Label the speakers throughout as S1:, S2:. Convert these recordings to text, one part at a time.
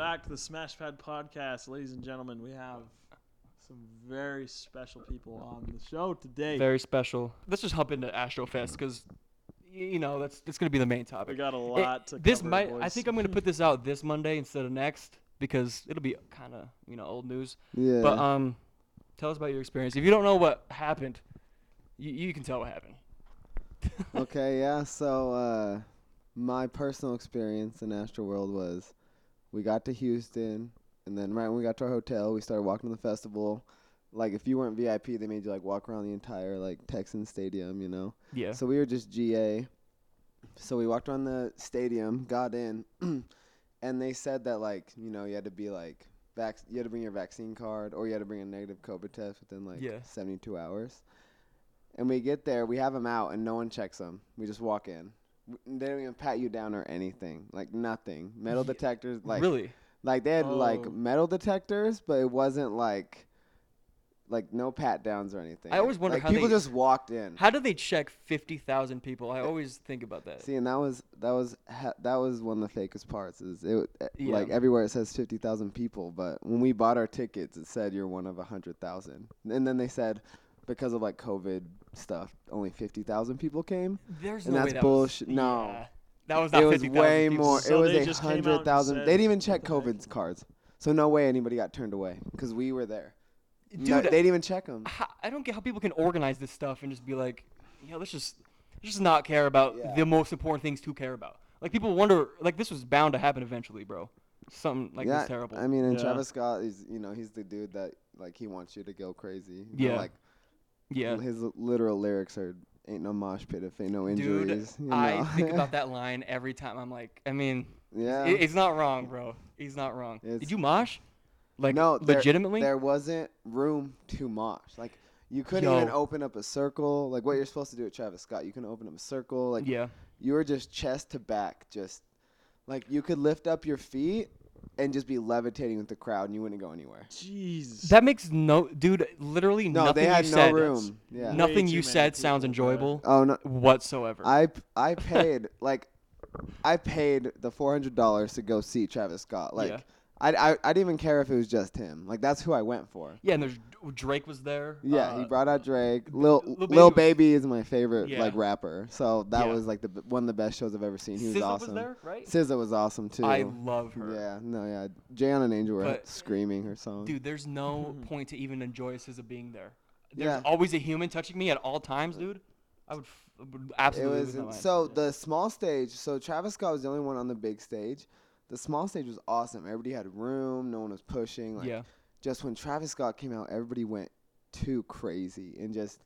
S1: Smashpad Podcast, ladies and gentlemen. We have some very special people on the show today.
S2: Very special. Let's just hop into
S3: Mm.
S2: Astrofest because, you know, that's it's gonna be the main
S1: we
S2: topic.
S1: got a
S2: It-
S1: lot to
S2: this
S1: cover,
S2: might. I
S1: boys.
S2: think I'm gonna put this out this Monday instead of next because it'll be kind of you know old news.
S3: Yeah.
S2: But um, tell us about your experience. If you don't know what happened, you, you can tell what happened.
S3: okay, yeah. So uh, my personal experience in Astroworld was we got to Houston, and then right when we got to our hotel, we started walking to the festival. Like if you weren't VIP, they made you like walk around the entire like Texan Stadium, you know.
S2: Yeah.
S3: So we were just GA. So we walked around the stadium, got in, and they said that like you know you had to be like vac- you had to bring your vaccine card or you had to bring a negative COVID test within like
S2: Yeah.
S3: 72 hours. And we get there, we have them out, and no one checks them. We just walk in. W- They don't even pat you down or anything, like nothing. Metal
S2: Ye-
S3: detectors, like
S2: really?
S3: like they had
S1: Oh.
S3: like metal detectors, but it wasn't like like no pat downs or anything.
S2: I always wonder
S3: like,
S2: how
S3: people
S2: they-
S3: just walked in.
S2: How do they check fifty thousand people? I always think about that.
S3: See, and that was that was ha- that was one of the fakest parts. Is it eh,
S2: Yeah.
S3: like everywhere it says fifty thousand people, but when we bought our tickets, it said you're one of a hundred thousand, and then they said because of like COVID stuff, only fifty thousand people came.
S2: There's
S3: and
S2: no
S3: that's
S2: way that
S3: bullshit-
S2: Was,
S3: no.
S2: Yeah. That was not
S3: It was
S2: 50,000
S3: way
S2: people.
S3: more.
S1: So
S3: it was
S1: they
S3: a
S1: just came out and
S3: hundred thousand.
S1: said,
S3: They didn't even check
S1: "What the heck?"
S3: COVID cards, so no way anybody got turned away because we were there.
S2: Dude,
S3: no, they didn't even check them.
S2: how, I don't get how people can organize this stuff and just be like, yeah, let's just let's just not care about
S3: Yeah.
S2: the most important things to care about. Like people wonder, like this was bound to happen eventually, bro. Something like
S3: yeah,
S2: this terrible.
S3: I mean, and
S1: Yeah.
S3: Travis Scott is you know he's the dude that like he wants you to go crazy. You know,
S2: Yeah.
S3: like
S2: yeah,
S3: His literal lyrics are "Ain't no mosh pit if ain't no
S2: dude,
S3: injuries." you
S2: I
S3: know?
S2: think about that line every time. I'm like, I mean,
S3: yeah.
S2: it, it's not wrong, bro. He's not wrong.
S3: It's-
S2: Did you mosh? Like
S3: no, there-
S2: legitimately?
S3: there wasn't room to mosh. Like you couldn't even
S2: Yo.
S3: open up a circle. Like what you're supposed to do at Travis Scott, you couldn't open up a circle. Like
S2: yeah,
S3: you were just chest to back, just like you could lift up your feet and just be levitating with the crowd, and you wouldn't go anywhere.
S1: Jeez.
S2: that makes no, dude. Literally
S3: No,
S2: nothing
S3: they had
S2: you
S3: no
S2: said,
S3: room. Yeah.
S1: No-
S2: Nothing
S1: Way
S2: you
S1: too many
S2: said sounds
S1: people, bro.
S2: enjoyable
S3: Oh no,
S2: whatsoever.
S3: I I paid like I paid the four hundred dollars to go see Travis Scott. Like
S2: Yeah.
S3: I, I I didn't even care if it was just him. Like that's who I went for.
S2: yeah, and there's Drake was there.
S3: Yeah,
S2: uh,
S3: he brought out Drake. Lil
S2: Lil Baby
S3: Lil,
S2: was-
S3: Baby is my favorite
S2: Yeah.
S3: like rapper. So that
S2: Yeah.
S3: was like the b- one of the best shows I've ever seen. He was
S2: SZA
S3: awesome.
S2: there, right?
S3: SZA was awesome too.
S2: I love her.
S3: Yeah, no, yeah. Jayon and Angel were
S2: But-
S3: screaming her song.
S2: Dude, there's no point to even enjoy SZA being there. There's
S3: Yeah.
S2: always a human touching me at all times, dude. I would, f- would absolutely
S3: It
S2: lose
S3: was
S2: my
S3: in-
S2: mind.
S3: so the small stage. So Travis Scott was the only one on the big stage. The small stage was awesome. Everybody had room. No one was pushing. Like,
S2: yeah,
S3: Just when Travis Scott came out, everybody went too crazy and just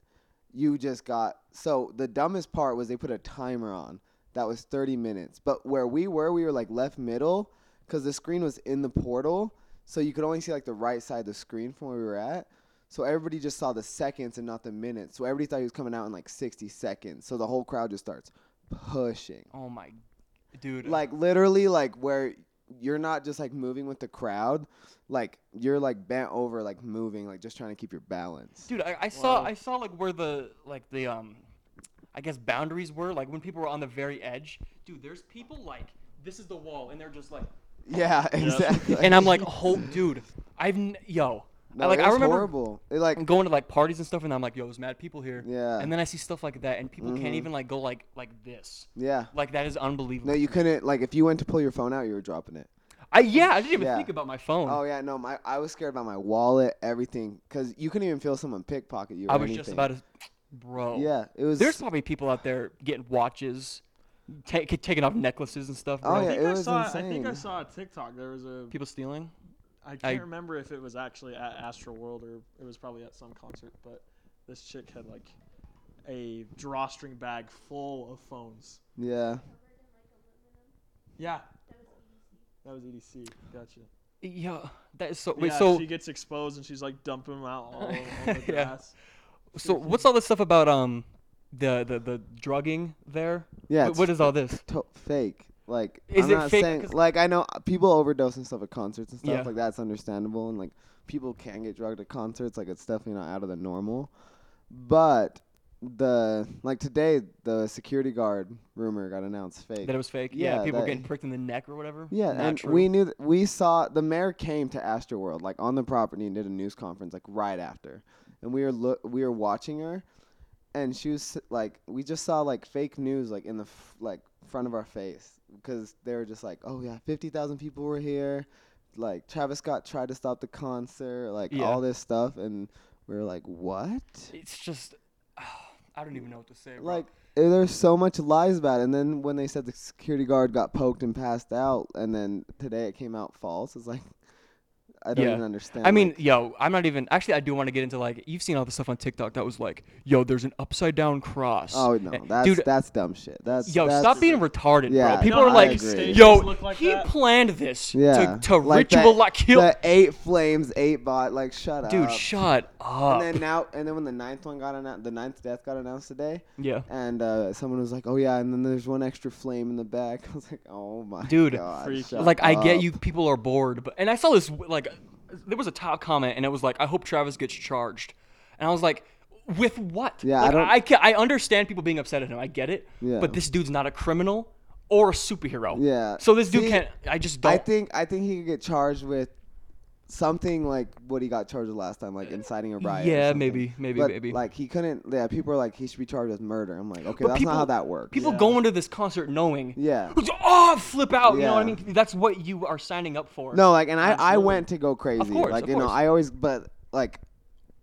S3: you just got. So the dumbest part was they put a timer on that was 30 minutes. But where we were, we were like left middle because the screen was in the portal, so you could only see like the right side of the screen from where we were at. So everybody just saw the seconds and not the minutes. So everybody thought he was coming out in like 60 seconds. So the whole crowd just starts pushing.
S2: oh my, dude.
S3: Like literally like where you're not just like moving with the crowd, like you're like bent over like moving, like just trying to keep your balance.
S2: dude, I, I saw,
S1: Wow.
S2: I saw like where the like the um, I guess boundaries were like when people were on the very edge. Dude, there's people like this is the wall, and they're just like,
S3: Yeah, exactly.
S2: and I'm like, oh, dude, I've n- yo,
S3: no,
S2: I, like
S3: it
S2: I
S3: was
S2: remember
S3: horrible. It like
S2: I'm going to like parties and stuff, and I'm like, yo, there's mad people here.
S3: Yeah.
S2: And then I see stuff like that, and people can't
S3: Mhm.
S2: even like go like like this.
S3: yeah.
S2: Like that is unbelievable.
S3: No, you couldn't like if you went to pull your phone out, you were dropping it.
S2: I yeah, I didn't even
S3: Yeah.
S2: think about my phone.
S3: Oh yeah, no, my I was scared about my wallet, everything, because you couldn't even feel someone pickpocket you. Or
S2: I was
S3: anything.
S2: just about to, bro.
S3: Yeah, it was.
S2: There's probably people out there getting watches, ta- ki- taking off necklaces and stuff.
S3: Oh,
S2: bro.
S1: I
S3: yeah,
S1: think
S3: it
S1: I
S3: was
S1: saw. I think I
S3: insane.
S1: saw a TikTok. There was a.
S2: People stealing.
S1: I can't
S2: I-
S1: remember if it was actually at Astro World or it was probably at some concert, but this chick had like a drawstring bag full of phones.
S3: yeah,
S1: Yeah. That was EDC. Gotcha.
S2: Yeah, that is so. Wait,
S1: yeah,
S2: so
S1: she gets exposed and she's like dumping them out all
S2: Yeah.
S1: over the grass.
S2: so what's all this stuff about um the the the drugging there?
S3: Yeah,
S2: Wh-
S3: it's
S2: what is all this?
S3: to- fake. Like
S2: Is
S3: I'm
S2: it
S3: not
S2: fake?
S3: saying
S2: 'Cause-
S3: like I know uh, people overdose and stuff at concerts and stuff
S2: Yeah.
S3: like that's understandable and like people can get drugged at concerts like it's definitely not out of the normal, but the like today the security guard rumor got announced fake.
S2: That it was fake. Yeah,
S3: Yeah,
S2: people were
S3: that-
S2: getting pricked in the neck or whatever.
S3: Yeah,
S2: Not
S3: and
S2: true.
S3: we knew th- we saw the mayor came to Astroworld like on the property and did a news conference like right after, and we were look we were watching her, and she was s- like we just saw like fake news like in the f- like front of our face because they were just like oh yeah fifty thousand people were here, like Travis Scott tried to stop the concert like
S2: Yeah.
S3: all this stuff and we were like what
S2: It's just, I don't even know what to say. Bro.
S3: like eh, there's so much lies about it and then when they said the security guard got poked and passed out and then today it came out false it's like i don't
S2: Yeah.
S3: even understand
S2: I mean,
S3: like-
S2: yo, I'm not even. Actually, I do want to get into like you've seen all the stuff on TikTok that was like, yo, there's an upside down cross.
S3: oh
S2: Eh,
S3: no that's
S2: dude.
S3: that's dumb shit that's
S2: Yo,
S3: that's,
S2: stop being retarded,
S3: Yeah,
S2: bro. People
S3: no,
S2: are
S3: I
S2: like,
S3: agree.
S2: yo,
S1: Look like
S2: he
S1: that.
S2: planned this
S3: yeah
S2: to, to
S3: like that-
S2: ritual like kill.
S3: the eight flames eight bot like shut
S2: Dude,
S3: up
S2: shut up.
S3: and then now and then when the ninth one got announced the ninth death got announced today
S2: yeah.
S3: and uh, someone was like oh yeah and then there's one extra flame in the back i was like oh my
S2: Dude,
S3: God,
S1: freak.
S3: shut
S2: like I get
S3: up.
S2: you people are bored, but and I saw this like there was a top comment and it was like I hope Travis gets charged. And I was like with what?
S3: Yeah, I
S2: Like,
S3: don't-
S2: I can, I understand people being upset at him. I get it.
S3: Yeah.
S2: But this dude's not a criminal or a superhero.
S3: Yeah.
S2: So this dude
S3: See,
S2: can't I just don't
S3: I think I think he could get charged with something like what he got charged with last time, like inciting a riot. or
S2: Yeah,
S3: something.
S2: maybe, maybe,
S3: But,
S2: maybe.
S3: Like he couldn't. Yeah, people are like he should be charged with murder. I'm like, okay,
S2: But
S3: that's
S2: people-
S3: not how that works.
S2: People
S1: Yeah.
S2: go into this concert knowing
S3: Yeah.
S2: Oh, flip out, you know what I
S3: Yeah.
S2: mean? That's what you are signing up for.
S3: No, like, and I I
S1: Absolutely.
S3: went to go crazy.
S2: course,
S3: like
S2: of
S3: you know,
S2: course.
S3: I always but like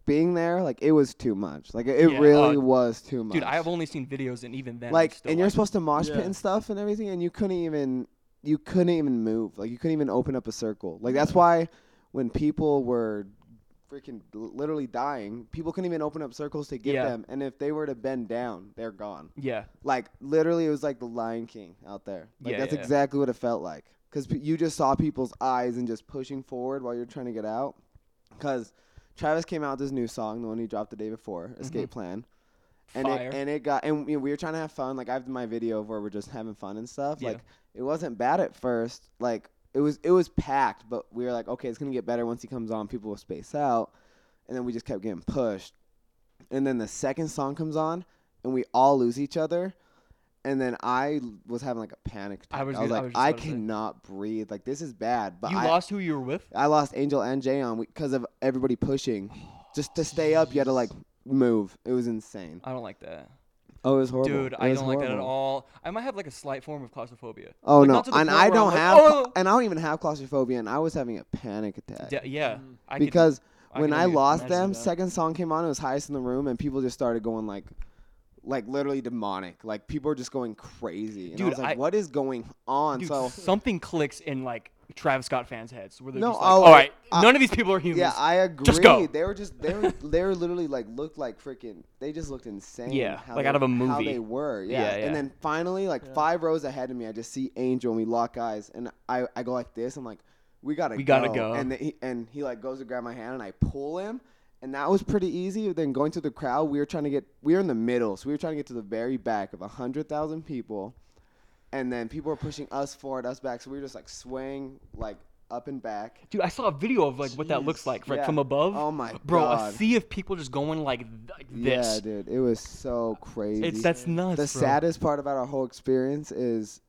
S3: being there, like it was too much. Like it
S2: Yeah,
S3: really
S2: uh,
S3: was too much.
S2: Dude, I have only seen videos and even then
S3: like,
S2: it's still
S3: and you're supposed to mosh pit
S1: Yeah.
S3: and stuff and everything, and you couldn't even you couldn't even move. Like you couldn't even open up a circle. Like that's why when people were freaking l- literally dying, people couldn't even open up circles to get
S2: Yeah.
S3: them. And if they were to bend down, they're gone.
S2: Yeah.
S3: Like literally, it was like the Lion King out there. Like
S2: Yeah,
S3: that's
S2: yeah.
S3: exactly what it felt like. Cause p- you just saw people's eyes and just pushing forward while you're trying to get out. Cause Travis came out with his new song, the one he dropped the day before, Escape
S2: Mm-hmm.
S3: Plan. And
S2: Fire.
S3: it and it got and we we were trying to have fun. Like I have my video of where we're just having fun and stuff.
S2: Yeah.
S3: Like it wasn't bad at first. Like it was it was packed, but we were like, okay, it's gonna get better once he comes on. People will space out, and then we just kept getting pushed. And then the second song comes on, and we all lose each other. And then I l- was having like a panic attack.
S2: I
S3: I
S2: was
S3: was,
S2: gonna- I
S3: like, I,
S2: was just about to say.
S3: cannot breathe. Like this is bad. But
S2: you
S3: I,
S2: lost who you were with?
S3: I lost Angel and Jayon because of everybody pushing. Just to stay up, you had to like move. It was insane.
S2: I don't like that.
S3: Oh, it was horrible.
S2: Dude,
S3: It
S2: I
S3: was
S2: don't like that at
S3: horrible.
S2: all. I might have like a slight form of claustrophobia.
S3: Oh
S2: Like,
S3: no,
S2: not to the
S3: and
S2: point
S3: I
S2: where I'm
S3: don't
S2: like,
S3: have,
S2: "Oh!"
S3: and I don't even have claustrophobia, and I was having a panic attack
S2: D- yeah, I could-
S3: because
S2: I
S3: when
S2: can
S3: I
S2: only
S3: lost
S2: Mm. imagine
S3: them,
S2: that.
S3: second song came on, it was highest in the room, and people just started going like, like literally demonic, like people were just going crazy, and I
S2: Dude,
S3: was like,
S2: I-
S3: what is going on?
S2: dude,
S3: so
S2: something clicks in like Travis Scott fans' heads where they're
S3: No,
S2: just like,
S3: oh,
S2: "All right,
S3: I-
S2: none of these people are humans."
S3: yeah, I agree.
S2: Just go.
S3: They were just they were they were literally like looked like freaking. They just looked insane.
S2: Yeah,
S3: how
S2: like
S3: they-
S2: out of a
S3: How
S2: movie.
S3: they were, yeah.
S2: Yeah, yeah.
S3: And then finally, like five rows ahead of me, I just see Angel and we lock eyes, and I I go like this. I'm like, we gotta
S2: We gotta go.
S3: And then he, and he like goes to grab my hand, and I pull him. And that was pretty easy. Then going through the crowd, we were trying to get, we were in the middle, so we were trying to get to the very back of hundred thousand people and then people were pushing us forward, us back. So we were just like swaying, like up and back.
S2: Dude, I saw a video of like what that looks
S1: Jeez,
S2: like right,
S3: yeah.
S2: from above.
S3: Oh my
S2: bro,
S3: God.
S2: a sea of people just going like, th- like
S3: Yeah,
S2: this. Uh,
S3: dude, it was so crazy.
S2: it's that's nuts.
S3: the
S2: bro.
S3: saddest part about our whole experience is,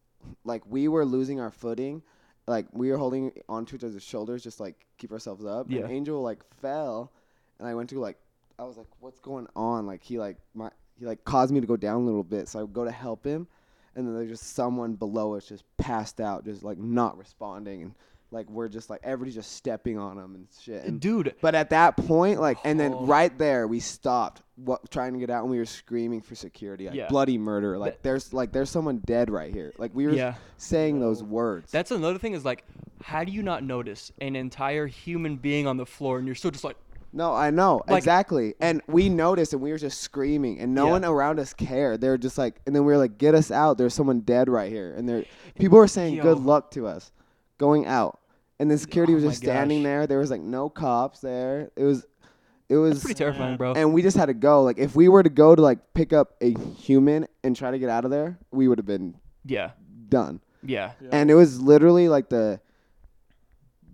S3: like, we were losing our footing. Like we were holding onto each other's shoulders, just like keep ourselves up.
S2: Yeah.
S3: And Angel like fell, and I went to like, I was like, what's going on? Like he like my he like caused me to go down a little bit, so I would go to help him, and then there's just someone below us just passed out, just like not responding, and like we're just like everybody's just stepping on him and shit. And
S2: dude.
S3: But at that point, like, and then
S2: Oh.
S3: right there, we stopped wa- trying to get out, and we were screaming for security, like
S2: Yeah.
S3: bloody murder, like there's like there's someone dead right here, like we were
S2: Yeah.
S3: saying those words.
S2: That's another thing is like, how do you not notice an entire human being on the floor and you're still just like,
S3: no, I know
S2: Like-
S3: exactly, and we noticed, and we were just screaming, and no
S2: Yeah.
S3: one around us cared. They were just like, and then we were like, get us out, there's someone dead right here, and there people were saying good
S2: Yo.
S3: luck to us, going out, and then security
S2: Oh
S3: was
S2: my
S3: just standing
S2: gosh.
S3: there. There was like no cops there. It was, it was
S2: pretty terrifying,
S1: Yeah.
S2: bro.
S3: and we just had to go. Like if we were to go to like pick up a human and try to get out of there, we would have been
S2: yeah,
S3: done.
S2: yeah.
S1: Yeah.
S3: And it was literally like the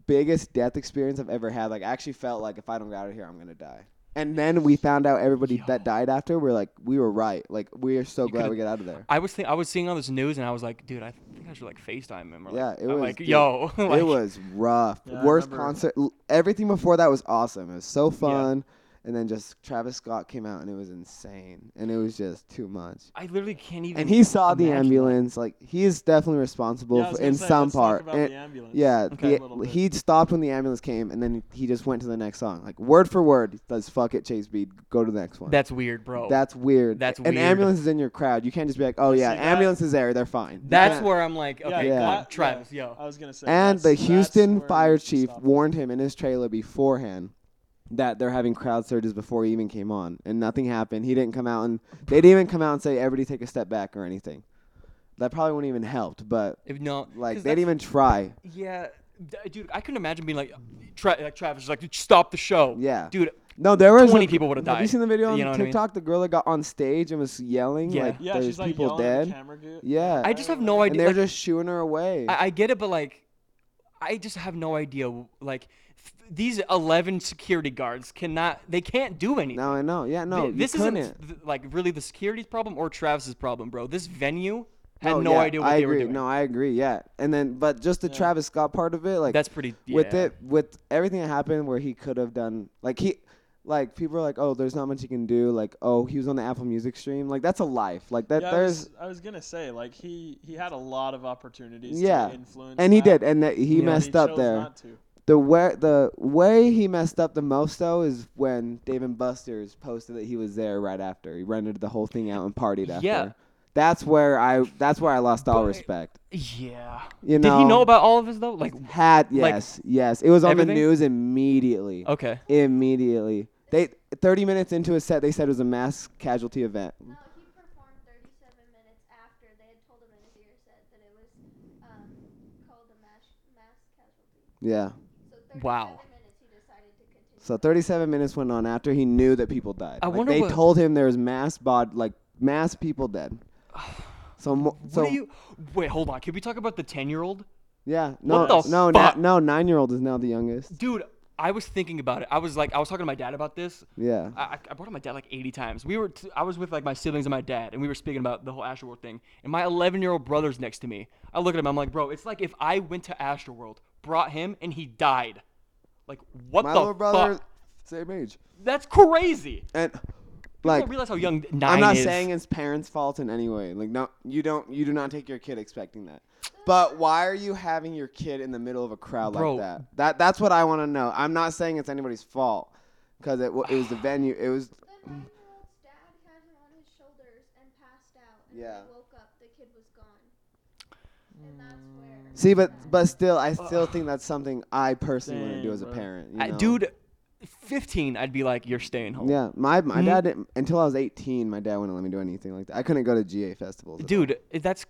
S3: biggest death experience I've ever had. Like I actually felt like if I don't get out of here, I'm gonna die. And then we found out everybody
S2: Yo.
S3: that died after. We're like, we were right. Like, we are so
S2: You
S3: glad
S2: could've-
S3: we got out of there.
S2: I was think I was seeing all this news and I was like, dude, I think I should like FaceTime him or like,
S3: Yeah, it
S2: I'm
S3: was-
S2: like
S3: dude,
S2: yo, like,
S3: it was rough.
S1: Yeah, I
S3: Worst
S1: remember.
S3: concert. l- Everything before that was awesome. It was so fun. And then just Travis Scott came out and it was insane. And it was just too much.
S2: I literally can't even.
S3: And he saw the
S2: imagine that.
S3: ambulance. Like he is definitely responsible
S1: Yeah, I
S3: for,
S1: was gonna
S3: in
S1: say,
S3: some
S1: let's
S3: part.
S1: Talk about
S3: And-
S1: the ambulance.
S3: yeah,
S2: Okay.
S1: a little
S3: the,
S1: bit.
S3: he stopped when the ambulance came, and then he just went to the next song. Like word for word, let's fuck it, Chase Bead, go to the next one.
S2: That's weird, bro.
S3: That's weird.
S2: That's
S3: An
S2: weird.
S3: ambulance is in your crowd. You can't just be like, oh yeah,
S1: See, that-
S3: ambulance is there, they're fine. You
S2: That's
S3: can't-
S2: where I'm like, okay,
S3: Yeah.
S2: come on,
S1: that-
S2: Travis,
S1: yeah,
S2: yo.
S1: I was gonna say.
S3: And
S1: that's-
S3: the
S1: that's
S3: Houston
S1: where we
S3: fire
S1: need to
S3: chief
S1: stop.
S3: warned him in his trailer beforehand that they're having crowd surges before he even came on, and nothing happened. He didn't come out, and they didn't even come out and say, everybody take a step back or anything. That probably wouldn't even helped, but
S2: If no,
S3: like
S2: 'cause
S3: they didn't
S2: that's-
S3: even try.
S2: Yeah, d- dude, I couldn't imagine being like, Tra- like Travis was like, dude, stop the show.
S3: Yeah.
S2: dude,
S3: No, there was
S2: 20
S3: a-
S2: people would've
S3: Have you
S2: died.
S3: seen the video on
S2: You know what I mean?
S3: TikTok? The girl that got on stage and was yelling
S2: Yeah.
S3: like
S1: Yeah,
S3: there's
S1: she's like
S3: people
S1: yelling at the
S3: dead,
S1: camera dude.
S3: Yeah.
S2: I just have no
S3: and
S2: idea.
S3: they're
S2: Like,
S3: just shooing her away.
S2: I, I get it, but like, I just have no idea. w- Like, th- these eleven security guards cannot, they can't do anything.
S3: now I know. Yeah,
S2: Th-
S3: no, you
S2: this
S3: couldn't.
S2: isn't th- like really the security's problem or Travis's problem, bro. This venue had
S3: Oh,
S2: no
S3: yeah,
S2: idea what
S3: I
S2: they
S3: agree.
S2: were doing.
S3: No, I agree. Yeah, and then but just the
S1: Yeah.
S3: Travis Scott part of it, like
S2: That's pretty.
S3: with
S2: yeah.
S3: it with everything that happened, where he could have done like he. Like people are like, oh, there's not much you can do. Like, oh, he was on the Apple Music stream. Like that's a life. Like that.
S1: Yeah, I
S3: there's
S1: was, I was gonna say like he he had a lot of opportunities.
S3: Yeah.
S1: to influence
S3: and he
S1: that,
S3: did, and that
S2: Yeah.
S3: he
S1: but
S3: messed
S1: he
S3: up
S1: chose
S3: there.
S1: Not to.
S3: The way the way he messed up the most though is when Dave and Buster's posted that he was there right after. He rendered the whole thing out and partied after.
S2: Yeah.
S3: That's where I that's where I lost all
S2: But-
S3: respect.
S2: Yeah.
S3: You
S2: Did he know
S3: know-
S2: about all of this though? Like,
S3: Had
S2: Like,
S3: yes, yes. It was on
S2: everything?
S3: the news immediately.
S2: okay.
S3: Immediately. They 30 minutes into a set they said it was a mass casualty event.
S4: No, he performed 37 minutes after they had told him in his ear said that it was um, called a mass, mass casualty.
S3: Yeah.
S4: So 37
S2: Wow.
S4: minutes he decided to continue.
S3: So 37 minutes went on after he knew that people died.
S2: I
S3: Like,
S2: wonder
S3: they
S2: what-
S3: told him there was mass bod like mass people dead. So mo- so
S2: what do you? Wait, hold on. Can we talk about the ten-year-old?
S3: Yeah. No.
S2: What the
S3: no. Na-
S2: fuck?
S3: no. Nine year old is now the youngest.
S2: Dude, I was thinking about it. I was like, I was talking to my dad about this.
S3: Yeah.
S2: I, I- I brought up my dad like 80 times. We were, t- I was with like my siblings and my dad, and we were speaking about the whole Astroworld thing. And my 11 year old brother's next to me. I look at him. I'm like, bro, it's like if I went to Astroworld, brought him, and he died. Like, what
S3: My
S2: the
S3: little brother,
S2: fuck?
S3: same age,
S2: That's crazy.
S3: and
S2: I
S3: like
S2: don't realize how young nine
S3: I'm not
S2: is.
S3: saying it's parents' fault in any way. Like no, you don't. You do not take your kid expecting that. But why are you having your kid in the middle of a crowd
S2: Bro.
S3: like that? That that's what I want to know. I'm not saying it's anybody's fault, because it wa- it was the venue. It was
S4: The nine-year-old's dad had him on his shoulders and passed out. And
S3: Yeah.
S4: when he woke up, the kid was gone. And that's where.
S3: see, but but still, I still think that's something I personally want to do
S1: Dang,
S3: as a
S1: bro.
S3: parent. you
S2: I-
S3: know?
S2: dude, 15, I'd be like, you're staying home.
S3: Yeah, my my
S2: Mm.
S3: dad didn't, until I was 18. My dad wouldn't let me do anything like that. I couldn't go to GA festivals. at all.
S2: Dude, that's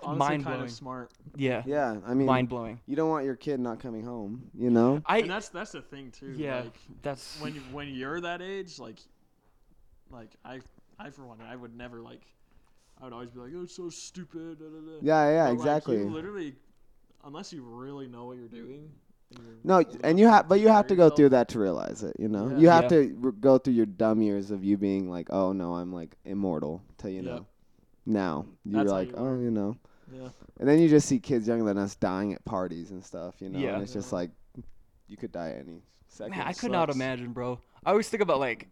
S1: Honestly,
S2: mind
S1: kind
S2: blowing.
S1: of smart.
S2: Yeah.
S3: Yeah, I mean,
S2: Mind blowing.
S3: you don't want your kid not coming home. You know?
S2: I
S1: and that's that's the thing too.
S2: yeah.
S1: Like,
S2: that's
S1: when you, when you're that age, like, like I I for one, I would never like. I would always be like, "Oh, it's so stupid." Da, da, da.
S3: Yeah, yeah,
S1: But, like,
S3: exactly.
S1: you literally, unless you really know what you're doing. and you're
S3: no,
S1: old enough
S3: and you have, but you
S1: prepare
S3: have to go through
S1: yourself-
S3: that to realize it. You know,
S1: Yeah.
S3: you have
S2: Yeah.
S3: to r- go through your dumb years of you being like, oh no, I'm like immortal. Till you
S1: Yep.
S3: know, now you're
S1: That's how
S3: like,
S1: you
S3: oh,
S1: learn.
S3: you know,
S1: Yeah.
S3: and then you just see kids younger than us dying at parties and stuff. You know,
S2: Yeah.
S3: and it's just
S1: Yeah.
S3: like, you could die any second.
S2: Man, I could not
S1: sucks.
S2: imagine, bro. I always think about like,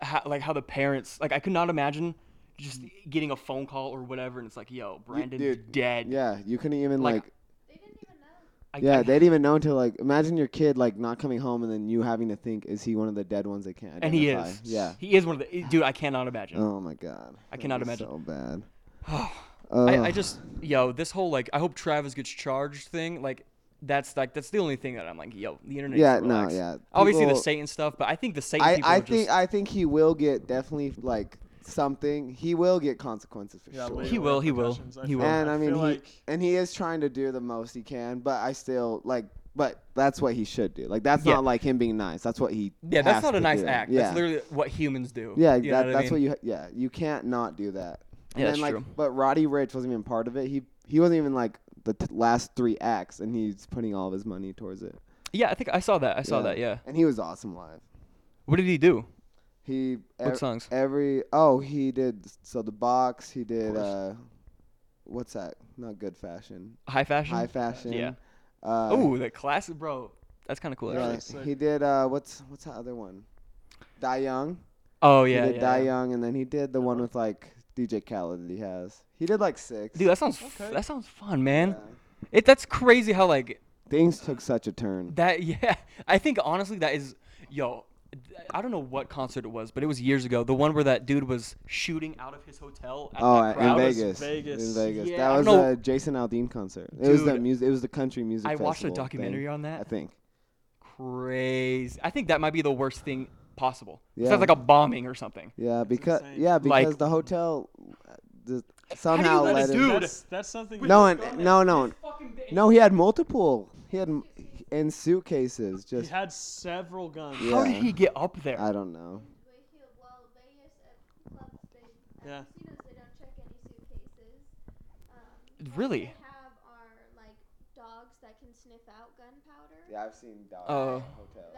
S2: how, like how the parents like I could not imagine just getting a phone call or whatever, and it's like, yo, Brandon's
S3: Mm. dude,
S2: dead.
S3: Yeah, you couldn't even
S2: Like,
S3: like
S4: They didn't even know.
S2: I,
S3: Yeah,
S2: I-
S3: they didn't even know until like imagine your kid like not coming home and then you having to think is he one of the dead ones they can't
S2: and he
S3: identify?
S2: is.
S3: Yeah.
S2: he is one of the dude. I cannot imagine.
S3: Oh my god.
S2: I
S3: That
S2: cannot
S3: is
S2: imagine.
S3: So bad.
S2: I, I
S3: Ugh.
S2: just yo this whole like I hope Travis gets charged thing like that's like that's the only thing that I'm like yo the internet.
S3: Yeah,
S2: needs to
S3: no,
S2: relax.
S3: yeah.
S2: Obviously the
S3: People-
S2: Satan stuff, but I think the Satan
S3: I,
S2: people.
S3: I
S2: are
S3: think
S2: just,
S3: I think he will get definitely like something. He will get consequences for
S1: Yeah,
S3: sure.
S1: legal
S2: He will, he will,
S1: repercussions, I
S2: he
S1: feel-
S2: will.
S3: and I, mean
S1: feel
S3: he
S1: like
S3: and he is trying to do the most he can, but I still like but that's what he should do. Like that's
S2: Yeah.
S3: not like him being nice. That's what he
S2: yeah, that's
S3: has
S2: not a
S3: to
S2: nice
S3: do.
S2: act.
S3: Yeah.
S2: That's literally what humans do.
S3: Yeah,
S2: You know
S3: that,
S2: what I
S3: that's
S2: mean?
S3: what you. Yeah, you can't not do that. And
S2: Yeah, that's
S3: then, like,
S2: true.
S3: But Roddy Rich wasn't even part of it. He he wasn't even like the t- last three acts, and he's putting all of his money towards it.
S2: Yeah, I think I saw that. I saw that. Yeah.
S3: and he was awesome live.
S2: What did he do?
S3: He
S2: What
S3: ev-
S2: songs?
S3: every oh he did so the box he did
S2: course.
S3: uh what's that not good fashion
S2: High fashion.
S3: high fashion
S2: Yeah.
S3: uh,
S2: Oh, the classic, bro. That's kind of cool.
S3: yeah,
S2: Actually.
S1: That's sick.
S3: he did uh what's what's that other one Die Young
S2: Oh
S3: he
S2: yeah,
S3: did
S2: yeah,
S3: Die
S2: yeah.
S3: Young and then he did the one with like DJ Khaled that he has he did like six
S2: Dude, that sounds f-
S1: Okay.
S2: that sounds fun, man.
S3: Yeah.
S2: It that's crazy how like
S3: things took such a turn
S2: that. Yeah, I think honestly that is, yo, th- I don't know what concert it was, but it was years ago. The one where that dude was shooting out of his hotel. At
S3: oh
S2: that
S3: in
S2: crowd.
S1: was
S3: Vegas in
S1: Vegas.
S3: Vegas
S2: Yeah, I
S3: that was
S2: don't know.
S3: a Jason Aldean concert it was the
S2: Dude.
S3: music it was the country music
S2: I watched a
S3: festival thing,
S2: documentary on
S3: I
S2: that.
S3: think
S2: Crazy. I think that might be the worst thing possible. It
S3: Yeah.
S2: sounds like a bombing or something.
S3: Yeah, because
S1: insane.
S3: yeah,
S2: Like-
S3: because the hotel uh, the, somehow
S2: let
S3: let
S2: us
S3: him.
S2: do Dude.
S1: That's, that's something.
S3: No
S1: you-
S3: one, no, no, one- no. He had multiple. He had m- in suitcases.
S1: He
S3: Just
S1: had several guns.
S3: Yeah.
S2: How did he get up there?
S3: I don't know.
S4: We heal- well, Vegas at clubs, they, at
S1: Yeah.
S4: casinos, they don't check any suitcases. Um, what
S2: Really?
S4: They have are like dogs that can sniff out gunpowder.
S3: Yeah, I've seen dogs.
S2: Oh.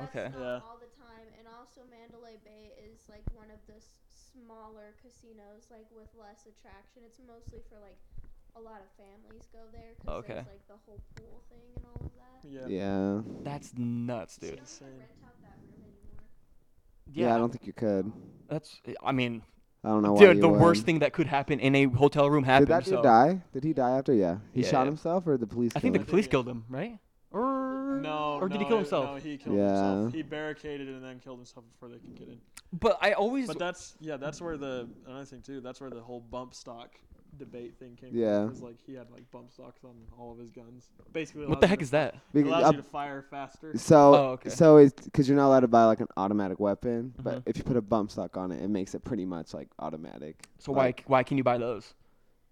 S4: That's
S2: Okay.
S4: not
S1: Yeah.
S4: all the time. And also, Mandalay Bay is like one of the s- smaller casinos, like with less attraction. It's mostly for like a lot of families go there because
S2: Oh, Okay.
S4: there's like the whole pool thing and all of that.
S1: Yeah.
S3: Yeah.
S2: That's nuts, dude.
S4: You don't
S1: Insane.
S4: even rent out that room anymore.
S3: yeah, I don't think you could.
S2: that's. I mean,
S3: I don't know why.
S2: dude,
S3: you
S2: the worst
S3: would.
S2: thing that could happen in a hotel room
S3: Did
S2: happened.
S3: that dude
S2: so-
S3: die? Did he die after? Yeah, he
S2: Yeah,
S3: shot
S2: yeah.
S3: himself or the police?
S2: I think the
S3: killed him?
S2: police killed him, right? Or
S1: No.
S2: or did he
S1: no,
S2: kill
S1: it-
S2: himself?
S1: No, he killed
S3: Yeah.
S1: himself. He barricaded and then killed himself before they could get in.
S2: But I always
S1: But that's yeah, that's where the another thing too. That's where the whole bump stock debate thing came.
S3: Yeah.
S1: from, was like he had like bump stocks on all of his guns. Basically,
S2: what the
S1: allows you
S2: heck
S1: to
S2: is that?
S1: It
S3: Bec-
S1: allows
S3: uh,
S1: you to fire faster.
S3: so
S2: Oh, okay.
S3: so it's because you're not allowed to buy like an automatic weapon,
S2: Mhm.
S3: but if you put a bump stock on it, it makes it pretty much like automatic.
S2: So
S3: like,
S2: why why can you buy those?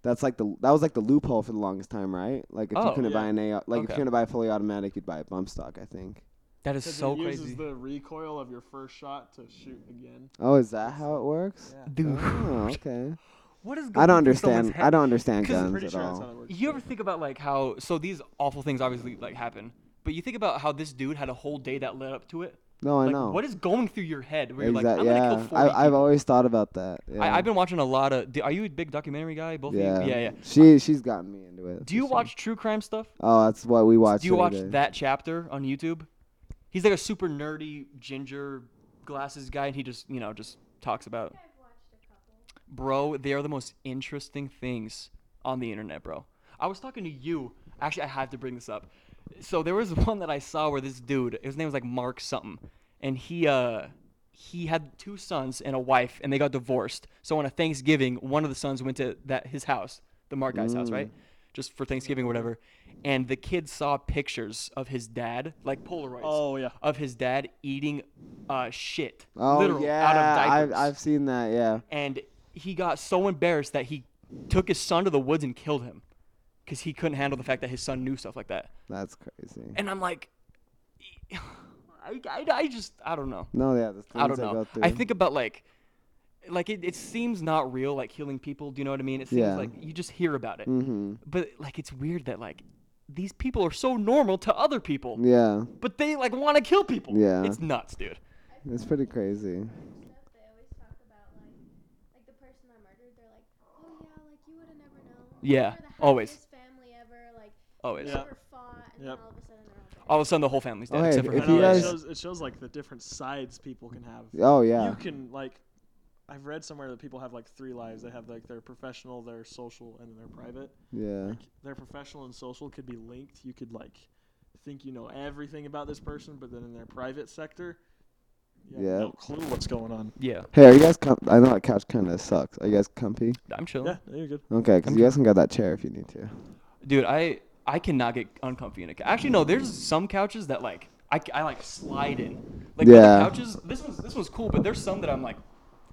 S3: That's like the that was like the loophole for the longest time, right? Like if
S2: Oh,
S3: you couldn't buy
S1: yeah.
S3: an AR, like if
S2: Okay.
S3: you couldn't buy a fully automatic, you'd buy a bump stock, I think.
S2: That is
S1: 'Cause
S2: so
S1: it uses
S2: crazy,
S1: the recoil of your first shot to shoot again.
S3: Oh, is that how it works?
S1: Yeah.
S2: dude.
S3: Oh, okay.
S2: What is
S3: I
S2: going
S3: don't
S2: through someone's
S3: understand.
S2: head?
S3: I don't understand
S2: 'Cause I'm
S3: guns
S1: Pretty
S3: at
S1: sure that's how
S3: all.
S1: that works.
S2: You ever think about like how so these awful things obviously like happen, but you think about how this dude had a whole day that led up to it.
S3: No, I
S2: like,
S3: know.
S2: What is going through your head where you're like,
S3: Exact-
S2: I'm
S3: yeah,
S2: gonna kill 40
S3: I, I've always thought about that. Yeah.
S2: people? I, I've been watching a lot of. do- Are you a big documentary guy? Both
S3: yeah.
S2: of you. Yeah, yeah.
S3: She she's gotten me into it.
S2: Do you
S3: for sure.
S2: watch true crime stuff?
S3: Oh, that's what we watched.
S2: Do you watch
S3: today.
S2: that chapter on YouTube? He's like a super nerdy ginger glasses guy, and he just you know just talks about,
S4: I've watched a couple.
S2: bro. They are the most interesting things on the internet, bro. I was talking to you. Actually, I have to bring this up. So there was one that I saw where this dude, his name was like Mark something, and he uh he had two sons and a wife, and they got divorced. So on a Thanksgiving, one of the sons went to that his house, the Mark guy's house,
S3: Mm.
S2: right? Just for Thanksgiving or whatever. And the kids saw pictures of his dad, like Polaroids.
S1: Oh yeah.
S2: Of his dad eating uh shit.
S3: Oh
S2: literal,
S3: yeah,
S2: out of diapers.
S3: I've I've seen that. Yeah.
S2: And he got so embarrassed that he took his son to the woods and killed him. Because he couldn't handle the fact that his son knew stuff like that.
S3: That's crazy.
S2: And I'm like, I, I, I just, I don't know.
S3: No, yeah, the things
S2: I don't
S3: that
S2: know.
S3: go through.
S2: I think about like, like it, it seems not real, like healing people. Do you know what I mean? It seems
S3: Yeah.
S2: like you just hear about it.
S3: Mm-hmm.
S2: But like, it's weird that like these people are so normal to other people,
S3: Yeah,
S2: but they like want to kill people.
S3: Yeah.
S2: It's nuts, dude.
S3: it's pretty crazy.
S4: stuff, they always talk about like like the person that murdered. They're like, oh yeah, like you would have never known.
S2: Yeah,
S4: They were the
S2: always.
S4: happiest Family ever, like
S2: Always.
S1: Yeah.
S4: never fought, and
S1: Yep.
S4: then all
S2: All of
S4: of a sudden they're all dead.
S2: a sudden, the whole family's dead
S3: Oh, hey,
S2: except for
S3: if
S1: I
S2: him.
S1: know,
S3: you guys-
S1: it shows it shows like the different sides people can have.
S3: Oh yeah.
S1: You can like, I've read somewhere that people have like three lives. They have like their professional, their social, and their private.
S3: Yeah.
S1: like their professional and social could be linked. You could like think you know everything about this person, but then in their private sector, you have
S3: Yeah.
S1: no clue what's going on.
S2: Yeah,
S3: Hey, are you guys? Com- I know that couch kind of sucks. Are you guys comfy?
S2: I'm chilling.
S1: Yeah, no, you're good.
S3: Okay, because you guys can go that chair if you need to.
S2: Dude, I I cannot get uncomfy in a couch. Actually, no. There's some couches that like I, c- I, like slide in. Like
S3: Yeah.
S2: other couches. This one's this one's cool, but there's some that I'm like,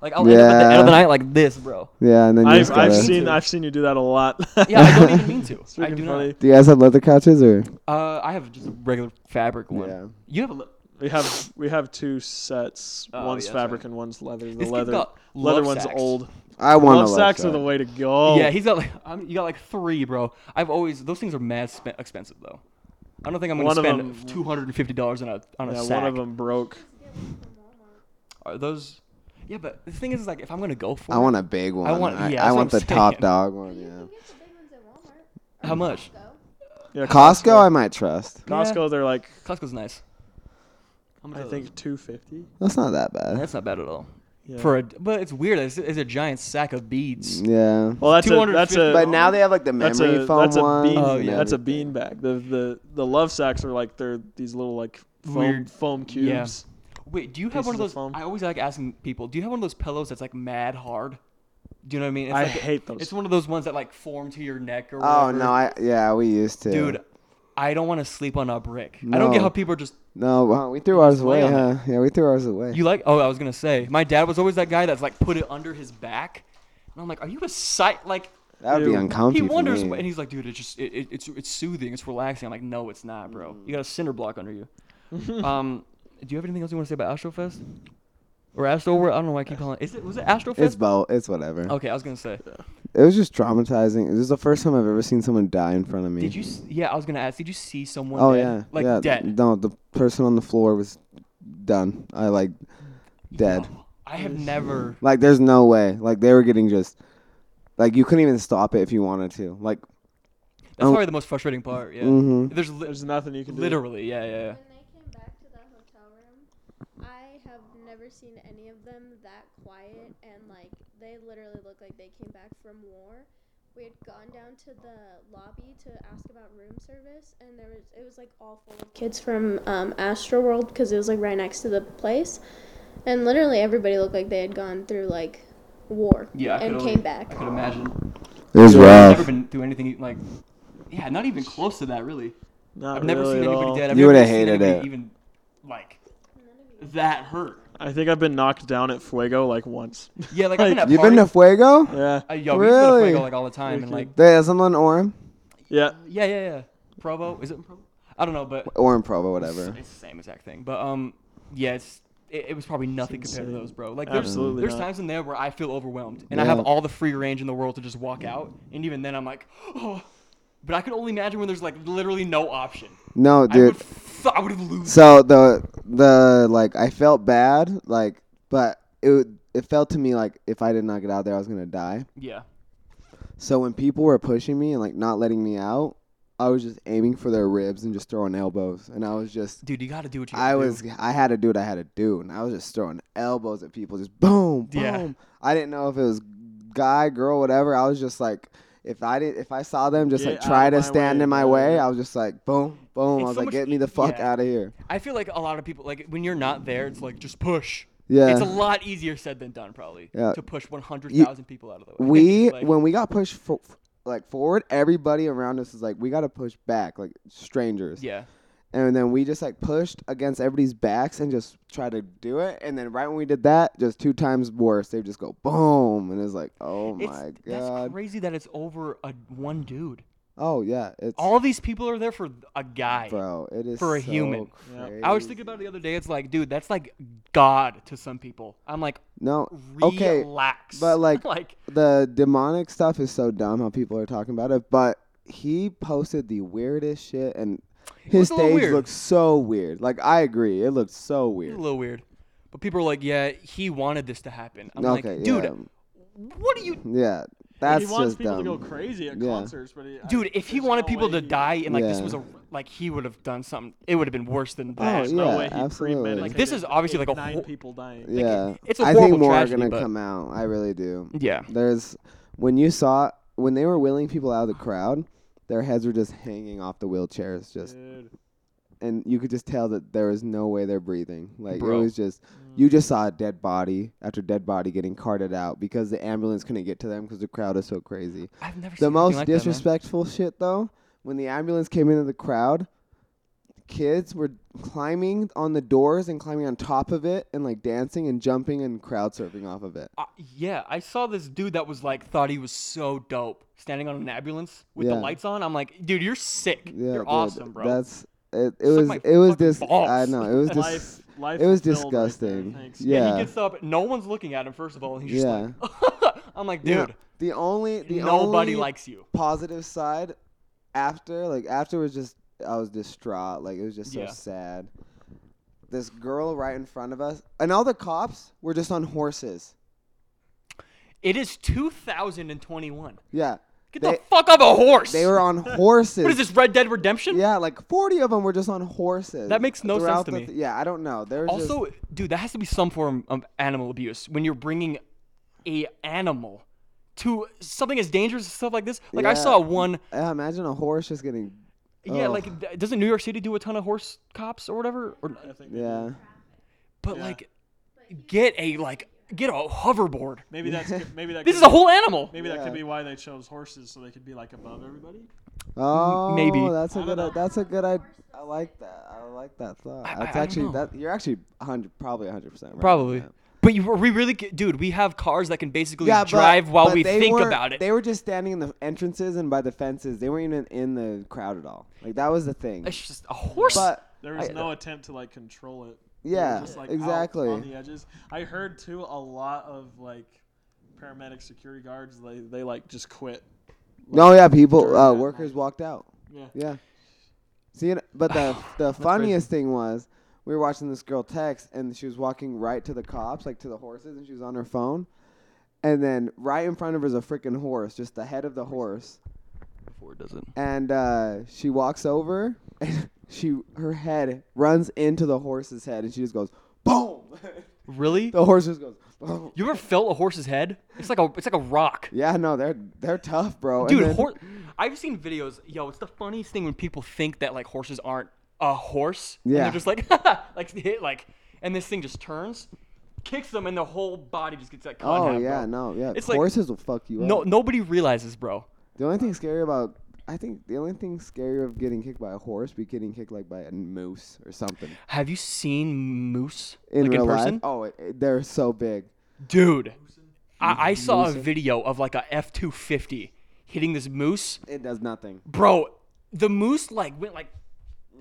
S2: like I'll end up at the end of the
S3: Yeah.
S2: night like this, bro.
S3: Yeah, and then you
S1: I've,
S3: just gotta.
S1: I've
S2: gotta-
S1: seen I've seen you do that a lot.
S2: Yeah, I don't even mean to.
S1: It's
S2: I
S1: freaking
S2: do
S1: funny.
S2: not.
S3: Do you guys have leather couches or?
S2: Uh, I have just a regular fabric one.
S3: Yeah.
S2: You have a. Li-
S1: We have we have two sets.
S2: Oh,
S1: one's
S2: yeah, that's
S1: fabric
S2: right.
S1: and one's leather. The
S2: This kid
S1: leather
S2: got
S1: leather
S2: love
S1: one's
S2: sacks.
S1: old.
S3: I want
S1: love sacks are
S3: sack.
S1: the way to go.
S2: Yeah, he's got like um, you got like three, bro. I've always those things are mad spe- expensive though. I don't think I'm gonna
S1: One of
S2: spend
S1: them-
S2: two hundred and fifty dollars on a on a
S1: yeah.
S2: sack.
S1: One of them broke.
S3: Oh,
S4: Just get one from Walmart.
S2: are those? Yeah, but the thing is, like, if I'm gonna go for,
S3: I
S2: it,
S3: want a big one. I
S2: want-
S3: want.
S2: yeah,
S3: I,
S2: that's what
S3: want the
S2: I'm
S3: top
S2: saying.
S3: dog
S4: But
S3: one.
S4: you
S3: Yeah.
S4: can get the big ones at Walmart.
S2: How much?
S4: Go.
S1: Yeah,
S3: Costco, I might trust.
S2: Yeah.
S1: Costco, they're like
S2: Costco's nice. How much
S1: I
S2: are
S1: think two fifty.
S3: That's not that
S2: those?
S3: bad.
S2: that's not bad at all.
S1: Yeah. Mm.
S2: For a, but it's weird. It's, it's a giant sack of beads.
S3: Yeah.
S1: well, that's a that's
S2: 250.
S1: a
S3: But now they have like the
S1: that's
S3: memory
S1: a
S3: foam
S1: that's a
S3: ones
S1: bean
S2: Oh,
S3: and
S2: yeah.
S1: that's a
S3: everything.
S1: bean bag. The the the love sacks are like they're these little like foam
S2: Weird.
S1: foam cubes.
S2: Yeah. Wait, do you have one of
S1: Pieces
S2: those?
S1: of foam.
S2: I always like asking people. Do you have one of those pillows that's like mad hard? Do you know what I mean? It's
S1: I
S2: like a-
S1: hate those.
S2: It's one of those ones that like form to your neck or whatever.
S3: Oh no! I yeah, we used to.
S2: dude, I don't want to sleep on a brick. I don't get
S3: No.
S2: how people are just.
S3: No, wow, we threw
S2: You
S3: ours
S2: just lay
S3: away, huh?
S2: on
S3: Yeah, we threw ours away.
S2: You like? Oh, I was gonna say, my dad was always that guy that's like put it under his back, and I'm like, are you a sight? Like
S3: that would be
S1: Ew. He
S2: he
S3: uncomfortable.
S2: wonders,
S3: for me.
S2: and he's like, dude, it's just it, it, it's it's soothing, it's relaxing. I'm like, no, it's not, bro.
S1: Mm-hmm.
S2: You got a cinder block under you. um, do you have anything else you want to say about Astrofest or Astroworld? I don't know why I keep calling. It. Is it was it Astrofest?
S3: It's both. It's whatever.
S2: okay, I was gonna say.
S3: It was just traumatizing. It was the first time I've ever seen someone die in front of me.
S2: Did you? s- Yeah, I was gonna ask. Did you see someone?
S3: Oh
S2: dead?
S3: yeah.
S2: like
S3: yeah.
S2: dead.
S3: No, the person on the floor was done. I like dead. Mm-hmm.
S2: Yo, I have never.
S3: Like there's no way. Like they were getting just like you couldn't even stop it if you wanted to. Like
S2: That's
S3: Oh.
S2: probably the most frustrating part. Yeah.
S3: mhm.
S2: There's li-
S1: There's nothing you can do.
S2: literally, yeah, yeah, yeah.
S4: When they came back to the hotel room, I have never seen any of them that quiet and like they literally look like they came back from war. We had gone down to the lobby to ask about room service, and there was it was like all full of kids from um, Astroworld because it was like right next to the place, and literally everybody looked like they had gone through like war
S2: Yeah, I
S4: and
S2: could
S4: came
S2: only- I
S4: back.
S2: could imagine.
S3: It was
S1: Yeah.
S2: I've never
S3: rough.
S2: been through anything like, yeah, not even close to that really.
S1: Not
S2: I've never
S1: really
S2: seen
S1: at
S2: anybody
S1: all.
S2: dead. I've
S3: You
S2: never
S3: would've
S2: seen
S3: hated
S2: anybody
S3: it.
S2: Even like that hurt.
S1: I think I've been knocked down at Fuego like once.
S2: Yeah, like, I've been at
S3: You been to
S2: parties-
S3: Fuego?
S1: yeah,
S2: Uh, yo, we used to go to
S3: Really?
S2: Fuego, like all the time and like
S1: Freaking-
S3: They someone in Orem?
S1: yeah.
S2: yeah, yeah, yeah. Provo is it in Provo? I don't know, but
S3: Orem Provo,
S2: it's,
S3: whatever.
S2: it's the same exact thing. But um, yeah, it's it, it was probably nothing compared to
S1: insane.
S2: those, bro. Like there's
S1: Absolutely
S2: there's
S1: not.
S2: times in there where I feel overwhelmed and I have
S3: Yeah.
S2: all the free range in the world to just walk out, and even then I'm like, oh. But I could only imagine when there's like literally no option.
S3: No,
S2: I would,
S3: dude.
S2: f- I would lose.
S3: So the the like I felt bad, like but it w- it felt to me like if I did not get out there I was gonna die.
S2: Yeah.
S3: So when people were pushing me and like not letting me out, I was just aiming for their ribs and just throwing elbows. And I was just
S2: Dude, you gotta do what you
S3: I
S2: gotta
S3: was
S2: do.
S3: I had to do what I had to do, and I was just throwing elbows at people, just boom, boom.
S2: Yeah.
S3: I didn't know if it was guy, girl, whatever. I was just like, if I did, if I saw them just like
S1: Get out
S3: try
S1: of
S3: to
S1: my
S3: stand
S1: way,
S3: in my
S1: yeah.
S3: way, I was just like, boom, boom.
S2: It's
S3: I was
S2: so
S3: like,
S2: much
S3: get me
S2: e-
S3: the fuck
S2: yeah.
S3: out of here.
S2: I feel like a lot of people like when you're not there, it's like just push.
S3: Yeah.
S2: It's a lot easier said than done, probably.
S3: Yeah.
S2: To push 100,000 people out of the way.
S3: we
S2: Like,
S3: when we got pushed for, like forward, everybody around us is like, we gotta push back, like strangers.
S2: yeah.
S3: And then we just like pushed against everybody's backs and just tried to do it. And then right when we did that, just two times worse, they just go boom, and it's like, oh my
S2: It's,
S3: god.
S2: That's crazy that it's over a one dude.
S3: Oh yeah, it's
S2: All these people are there for a guy.
S3: bro. It is
S2: for a
S3: so
S2: human.
S3: Crazy.
S2: I was thinking about it the other day. It's like, dude, that's like God to some people. I'm like,
S3: no. Okay,
S2: relax.
S3: but, like-
S2: like,
S3: the demonic stuff is so dumb how people are talking about it, but he posted the weirdest shit and
S2: was
S3: his
S2: a little
S3: stage
S2: weird.
S3: looked so weird. Like I agree, it looked so
S2: it's a
S3: weird.
S2: little weird. But people are like, yeah, he wanted this to happen. I'm
S3: okay,
S2: like, dude,
S3: yeah.
S2: what are you
S3: yeah, that's
S1: he wants
S3: just
S1: people
S3: dumb.
S1: to go crazy at
S3: Yeah.
S1: concerts, but he, I-
S2: Dude, if he
S1: there's
S2: wanted
S1: no
S2: people
S1: way
S2: to
S1: he-
S2: die and like this
S3: Yeah.
S2: was a like he would have done something, it would have been worse than
S1: Oh,
S2: that.
S1: there's
S3: yeah,
S1: no way he
S3: absolutely.
S1: premeditated
S2: Like, this is obviously, like, a
S1: nine
S2: whole-
S1: people dying.
S3: yeah,
S2: it's a
S3: I
S2: horrible
S3: think more
S2: tragedy,
S3: are gonna
S2: but- Mm.
S3: come out. I really do.
S2: Yeah.
S3: There's when you saw when they were wheeling people out of the crowd, their heads were just hanging off the wheelchairs, just
S1: Dude.
S3: and you could just tell that there was no way they're breathing. Like
S2: Bro. Mm.
S3: it was just you just saw a dead body after dead body getting carted out because the ambulance couldn't get to them because the crowd is so crazy.
S2: I've never seen
S3: The
S2: anything
S3: most
S2: like that, man.
S3: disrespectful shit though, when the ambulance came into the crowd, kids were climbing on the doors and climbing on top of it and like dancing and jumping and crowd surfing off of it.
S2: Uh, yeah, I saw this dude that was like thought he was so dope standing on an ambulance with the
S3: Yeah.
S2: lights on. I'm like, dude, you're sick.
S3: Yeah,
S2: you're
S3: dude,
S2: awesome, bro.
S3: That's it. It
S2: Suck
S3: was
S2: my
S3: it was
S2: fucking
S3: dis. I
S2: balls.
S3: know it was
S1: Life,
S3: just.
S1: life
S3: It was
S1: fulfilled right there,
S3: disgusting.
S1: thanks.
S3: Yeah.
S2: he gets up, no one's looking at him first of all, and he's
S3: Yeah.
S2: just like, I'm like,
S3: Yeah.
S2: dude,
S3: The only the
S2: nobody
S3: only
S2: likes you.
S3: positive side after like after was just I was distraught like it was just so
S2: Yeah.
S3: sad this girl right in front of us, and all the cops were just on horses.
S2: It is 2021.
S3: Yeah,
S2: Get
S3: They-
S2: the fuck off a horse.
S3: they were on horses.
S2: What is this Red Dead Redemption?
S3: Yeah, like forty of them were just on horses.
S2: That makes no sense
S3: throughout
S2: to
S3: the
S2: me.
S3: th- yeah, I don't know. There's
S2: Also, dude, that has to be some form of animal abuse when you're bringing a animal to something as dangerous as stuff like this. Like I
S3: Yeah.
S2: saw one.
S3: yeah, imagine a horse just getting.
S2: Yeah,
S3: Ugh.
S2: like th- doesn't New York City do a ton of horse cops or whatever? Or
S1: I think they
S3: Yeah,
S1: do.
S2: but
S1: Yeah.
S2: like, get a like get a hoverboard.
S1: Maybe that's maybe that. could
S2: This is a
S1: be-
S2: whole animal.
S1: Maybe that
S3: Yeah.
S1: could be why they chose horses, so they could be like above everybody.
S3: oh,
S2: maybe.
S3: that's a
S1: I
S3: good.
S1: don't know.
S3: That's a good. I, I like that. I like that thought.
S2: I- I- I
S3: That's
S2: don't
S3: actually
S2: know.
S3: that. You're actually hundred, probably hundred percent. Right on
S2: Probably.
S3: that.
S2: But you, we really, ca- dude, we have cars that can basically
S3: Yeah, but-
S2: drive while
S3: but
S2: we
S3: they
S2: think
S3: weren't-
S2: about it.
S3: They were just standing in the entrances and by the fences. They weren't even in the crowd at all. Like that was the thing.
S2: It's just a horse.
S3: But
S1: There was
S3: I-
S1: no attempt to like control it. They were
S3: yeah,
S1: just, like, out
S3: exactly.
S1: on the edges. I heard too a lot of like paramedic security guards. They they like just quit.
S3: No, yeah, people,
S1: during
S3: uh,
S1: that
S3: workers walked out.
S1: Yeah.
S3: Yeah. See, and- but the the funniest thing was we were watching this girl text, and she was walking right to the cops, like to the horses, and she was on her phone, and then right in front of her is a freaking horse, just the head of the horse,
S2: Before it doesn't.
S3: and uh, she walks over, and she her head runs into the horse's head, and she just goes boom.
S2: Really?
S3: the horse just goes. Boom.
S2: You ever felt a horse's head? It's like a, it's like a rock.
S3: Yeah, no, they're they're tough, bro. And
S2: Dude,
S3: then-
S2: hor- I've seen videos. Yo, it's the funniest thing when people think that like horses aren't a horse. And
S3: Yeah.
S2: they're just like, like hit like, and this thing just turns, kicks them, and the whole body just gets like cut. in
S3: Oh
S2: half,
S3: yeah,
S2: bro.
S3: no, yeah.
S2: It's like-
S3: horses will fuck you up.
S2: No, nobody realizes, bro.
S3: The only thing scary about I think the only thing scary of getting kicked by a horse be getting kicked like by a moose or something
S2: Have you seen moose
S3: in
S2: like
S3: real
S2: in
S3: life.
S2: person?
S3: Oh, it, it- they're so big.
S2: Dude, I, I saw a video of like a F two fifty hitting this moose,
S3: It does nothing.
S2: bro. The moose like went like,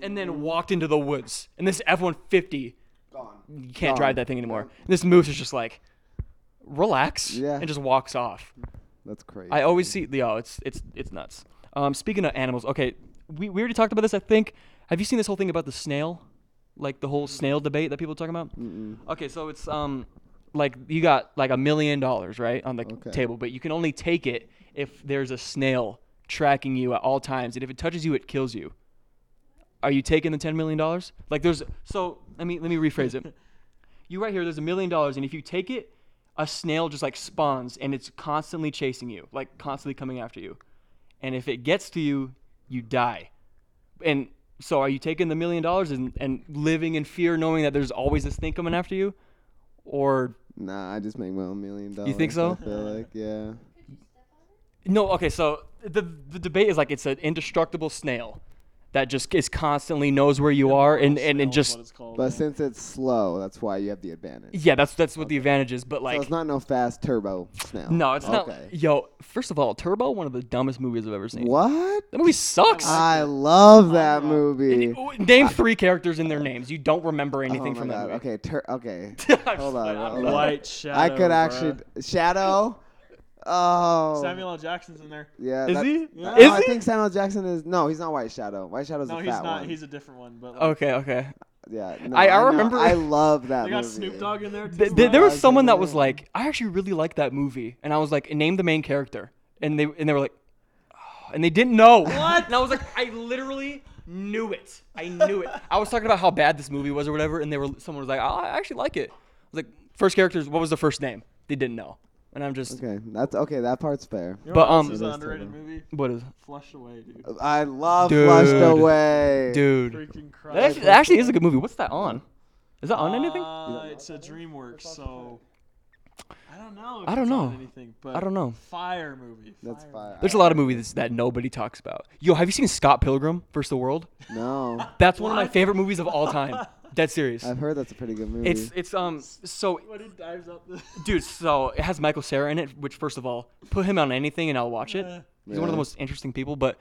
S2: and then walked into the woods, and this F one fifty
S3: Gone.
S2: you can't
S3: Gone.
S2: drive that thing anymore. This moose is just like, relax,
S3: Yeah.
S2: and just walks off.
S3: That's crazy.
S2: I always see, yo, it's it's it's nuts. Um, speaking of animals, okay, we, we already talked about this. I think. Have you seen this whole thing about the snail, like the whole snail debate that people are talking about?
S3: Mm-mm.
S2: Okay, so it's um, like you got like a million dollars right on the
S3: Okay.
S2: table, but you can only take it if there's a snail tracking you at all times, and if it touches you, it kills you. Are you taking the ten million dollars? Like there's so let me let me rephrase it. You right here, there's a million dollars, and if you take it, a snail just like spawns and it's constantly chasing you, like constantly coming after you. And if it gets to you, you die. And so are you taking the million dollars and, and living in fear knowing that there's always this thing coming after you? Or
S3: Nah, I just make my own million dollars.
S2: think so?
S3: I feel like yeah.
S2: no, okay, so the the debate is like it's an indestructible snail that just is constantly knows where you are and, and,
S1: Snail
S2: and
S1: is
S2: just
S1: what it's called,
S3: But
S1: yeah.
S3: since it's slow, that's why you have the advantage.
S2: yeah, that's that's what the advantage is, but like
S3: so it's not no fast turbo snail.
S2: no, it's not.
S3: Okay.
S2: Yo, first of all, Turbo, one of the dumbest movies I've ever seen.
S3: What?
S2: That movie sucks.
S3: I love that movie.
S2: Oh, Name three characters in their names. You don't remember
S3: Oh
S2: anything
S3: my
S2: from
S3: God.
S2: that movie.
S3: Okay. Tur- okay.
S2: I'm
S3: Hold
S2: just
S3: on,
S2: like,
S3: hold on.
S1: White Shadow.
S3: I could actually shadow. Oh.
S1: Samuel L. Jackson's in there.
S3: Yeah.
S2: Is
S3: that-
S2: he?
S1: Yeah.
S3: No,
S2: Is
S3: I
S2: he?
S3: think Samuel Jackson is no, he's not White Shadow. White Shadow's
S1: No,
S3: a
S1: he's
S3: fat
S1: not.
S3: one.
S1: He's a different one. But like,
S2: Okay, okay.
S3: yeah, no,
S2: I- I
S3: know.
S2: remember-
S3: I love that
S1: they got
S3: movie.
S1: Snoop Dogg in there too.
S2: Th- th- there
S3: I
S2: was someone that
S3: remember
S2: was
S3: that.
S2: like, I actually really like that movie, and I was like, name the main character, and they and they were like, "Oh," and they didn't know. What? And I was like, I literally knew it. I knew it. I was talking about how bad this movie was or whatever, and they were someone was like, "Oh, I actually like it. I was like, first characters, what was the first name? They didn't know, and I'm just,
S3: Okay, that's okay. That part's fair.
S1: You know
S2: But,
S1: what else
S2: um,
S1: is
S3: It
S1: an
S3: is
S1: underrated
S3: terrible.
S1: movie.
S2: what is,
S1: Flushed Away, dude.
S3: I love
S2: Dude.
S3: Flushed Away.
S2: dude?
S1: Freaking cry.
S2: That actually, that actually is a good movie. What's that on? Is that on anything?
S1: Uh, it's a DreamWorks, so I don't know. If
S2: I don't
S1: it's on
S2: know.
S1: anything, but
S2: I don't know.
S1: Fire movie.
S3: that's fire.
S2: There's a lot of movies that nobody talks about. Yo, have you seen Scott Pilgrim vs. the World?
S3: No,
S2: That's one of my favorite movies of all time. Dead serious.
S3: I've heard that's a pretty good movie.
S1: Mm-hmm.
S2: It's it's um so
S1: When he dives up the.
S2: dude so it has Michael Sarah in it, which first of all put him on anything and I'll watch it.
S1: Yeah.
S2: He's one of
S3: Really?
S2: the most interesting people, but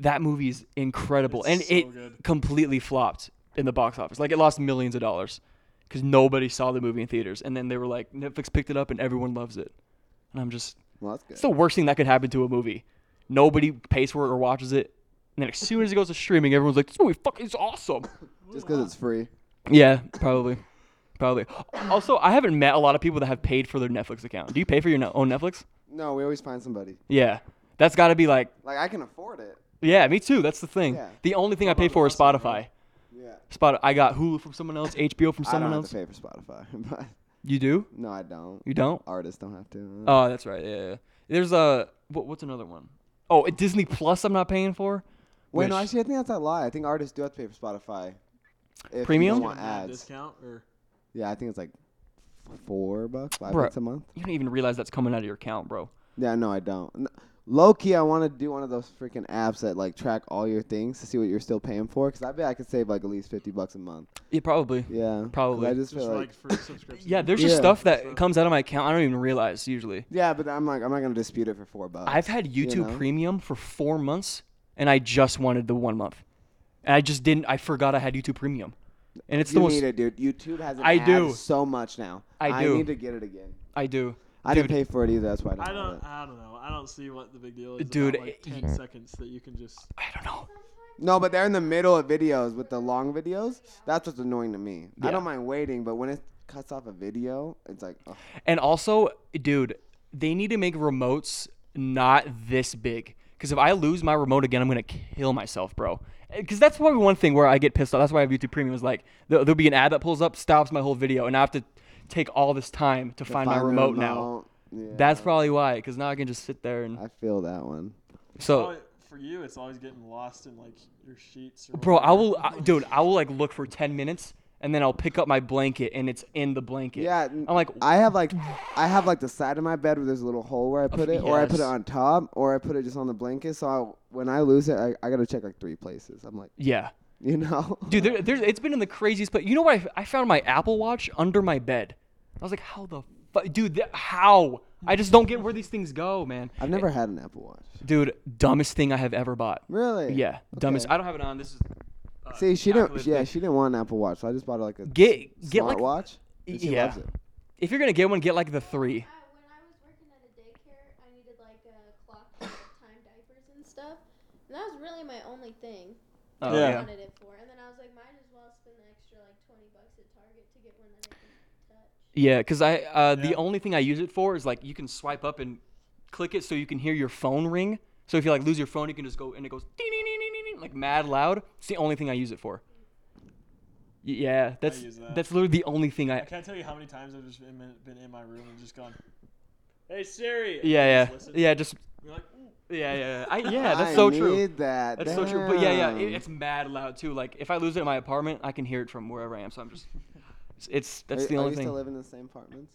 S2: that movie's incredible
S1: It's
S2: and
S1: so
S2: it
S1: good.
S2: completely flopped in the box office. Like it lost millions of dollars because nobody saw the movie in theaters, and then they were like Netflix picked it up and everyone loves it, and I'm just
S3: well, that's good.
S2: it's the worst thing that could happen to a movie. Nobody pays for it or watches it. And then as soon as it goes to streaming, everyone's like, "This movie fucking is awesome."
S3: Just because it's free.
S2: Yeah, probably. Probably. Also, I haven't met a lot of people that have paid for their Netflix account. Do you pay for your ne- own Netflix?
S3: No, we always find somebody.
S2: Yeah. That's got to be like,
S3: Like I can afford it.
S2: yeah, me too. That's the thing.
S3: Yeah.
S2: The only thing I pay for is
S3: Awesome,
S2: Spotify.
S3: right? Yeah.
S2: Spot. I got Hulu from someone else, HBO from
S3: I
S2: someone
S3: don't
S2: else.
S3: have to pay for Spotify, but
S2: You do?
S3: no, I don't.
S2: You don't?
S3: Artists don't have to.
S2: Oh, that's right. Yeah, yeah. There's a what, what's another one? Oh, at Disney Plus, I'm not paying for.
S3: Wait, no,
S2: which-
S3: actually, I think that's a lie. I think artists do have to pay for Spotify. If you
S2: Premium?
S3: don't
S1: Get
S3: want
S1: a mad
S3: ads.
S1: discount or
S3: Yeah, I think it's like four bucks, five
S2: Bruh.
S3: bucks a month.
S2: You don't even realize that's coming out of your account, bro.
S3: Yeah, no, I don't. N- Low key, I want to do one of those freaking apps that like track all your things to see what you're still paying for. Cause I bet I could save like at least fifty bucks a month.
S2: Yeah, probably.
S3: Yeah, 'Cause
S2: Probably.
S3: I just
S1: just
S3: feel like,
S1: like for subscription.
S2: Yeah, there's just
S3: Yeah.
S2: stuff that comes out of my account. I don't even realize usually.
S3: yeah, but I'm like, I'm not gonna dispute it for four bucks.
S2: I've had YouTube
S3: know?
S2: Premium for four months, and I just wanted the one month, and I just didn't. I forgot I had YouTube Premium, and it's
S3: you
S2: the most.
S3: need it, dude. YouTube has an
S2: I
S3: ad
S2: do.
S3: so much now.
S2: I do.
S3: need to get it again.
S2: I do.
S3: I
S2: Dude,
S3: didn't pay for it either. That's why I don't.
S1: I
S3: have
S1: don't.
S3: it.
S1: I don't know. I don't see what the big deal is.
S2: Dude,
S1: Dude, like
S2: it-
S1: ten seconds that you can just.
S2: I don't know.
S3: No, but they're in the middle of videos with the long videos. That's what's annoying to me.
S2: Yeah.
S3: I don't mind waiting, but when it cuts off a video, it's like, ugh.
S2: And also, dude, they need to make remotes not this big. Because if I lose my remote again, I'm gonna kill myself, bro. Because that's probably one thing where I get pissed off. That's why I have YouTube Premium. Is like there- there'll be an ad that pulls up, stops my whole video, and I have to take all this time to find, my
S3: find the
S2: remote, now.
S3: Yeah,
S2: That's probably why. Because now I can just sit there and
S3: I feel that one.
S2: so.
S1: Probably- Oh, for you, it's always getting lost in like your sheets. Or
S2: Bro, I
S1: whatever.
S2: will, I, dude. I will like look for ten minutes, and then I'll pick up my blanket, and it's in the blanket.
S3: Yeah,
S2: I'm like,
S3: I have like, I have like the side of my bed where there's a little hole where I put it, or I put it
S2: yes.
S3: on top, or I put it just on the blanket. So I, when I lose it, I, I gotta check like three places. I'm like,
S2: yeah.
S3: you know,
S2: Dude, there, there's, it's been in the craziest. But you know what? I, f- I found my Apple Watch under my bed. I was like, how the fuck, dude? Th- how? I just don't get where these things go, man.
S3: I've never had an Apple Watch.
S2: Dude, dumbest thing I have ever bought.
S3: Really?
S2: Yeah, dumbest.
S3: Okay.
S2: I don't have it on. This is. uh,
S3: See, she didn't.
S2: calculated
S3: Yeah,
S2: thing.
S3: she didn't want an Apple Watch, so I just bought her like a
S2: Get get like
S3: watch. And she
S2: yeah.
S3: loves it.
S2: if you're gonna get one, get like the three.
S4: I, Uh, when I was working at a daycare, I needed like a clock to time diapers and stuff. And that was really my only thing
S2: Oh,
S1: Yeah.
S4: I
S2: yeah.
S4: wanted it for. And then I was like, might as well spend the extra like 20 bucks at Target to get one that I can touch.
S2: Yeah, because I uh, the
S1: Yeah.
S2: only thing I use it for is like you can swipe up and click it so you can hear your phone ring. So if you like lose your phone, you can just go and it goes ding, ding, ding, ding, ding, ding, like mad loud. It's the only thing I use it for. Y- Yeah, that's
S1: use that.
S2: that's literally the only thing
S1: I
S2: I.
S1: can't tell you how many times I've just been, been in my room and just gone. Hey Siri. and
S2: Yeah,
S1: just
S2: yeah,
S1: listen.
S2: yeah. Just
S1: You're like, "Ooh."
S2: yeah, yeah, yeah. I, yeah
S3: I
S2: that's so true.
S3: Need that.
S2: That's so true. But yeah, yeah, it,
S3: Damn.
S2: it's mad loud too. Like if I lose it in my apartment, I can hear it from wherever I am. So I'm just, it's, it's that's
S3: are,
S2: the
S3: are
S2: only
S3: you
S2: thing.
S3: still live in the same apartments?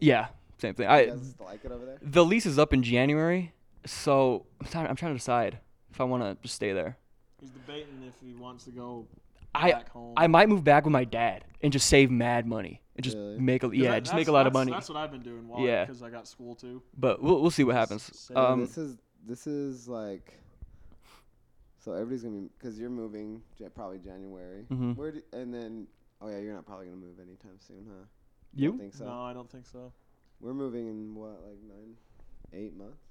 S2: yeah, same thing.
S3: You
S2: I
S3: guys still like it over there?
S2: The lease is up in January, so I'm trying, I'm trying to decide if I want to just stay there.
S1: He's debating if he wants to go
S2: I
S1: back home.
S2: I might move back with my dad and just save mad money and just
S3: Really?
S2: make a
S1: 'Cause
S2: yeah,
S1: that-
S2: just make
S1: that's-
S2: a lot of
S1: that's-
S2: money.
S1: That's what I've been doing. Why?
S2: Yeah.
S1: Because I got school too.
S2: But we'll we'll see what happens.
S1: Same.
S3: So
S2: Um,
S3: this is this is like. So everybody's gonna be because you're moving ja- probably January.
S2: Mhm.
S3: Where do, and then oh yeah, you're not probably gonna move anytime soon, huh? I
S2: you?
S3: think so.
S1: No, I don't think so.
S3: We're moving in what like nine, eight months.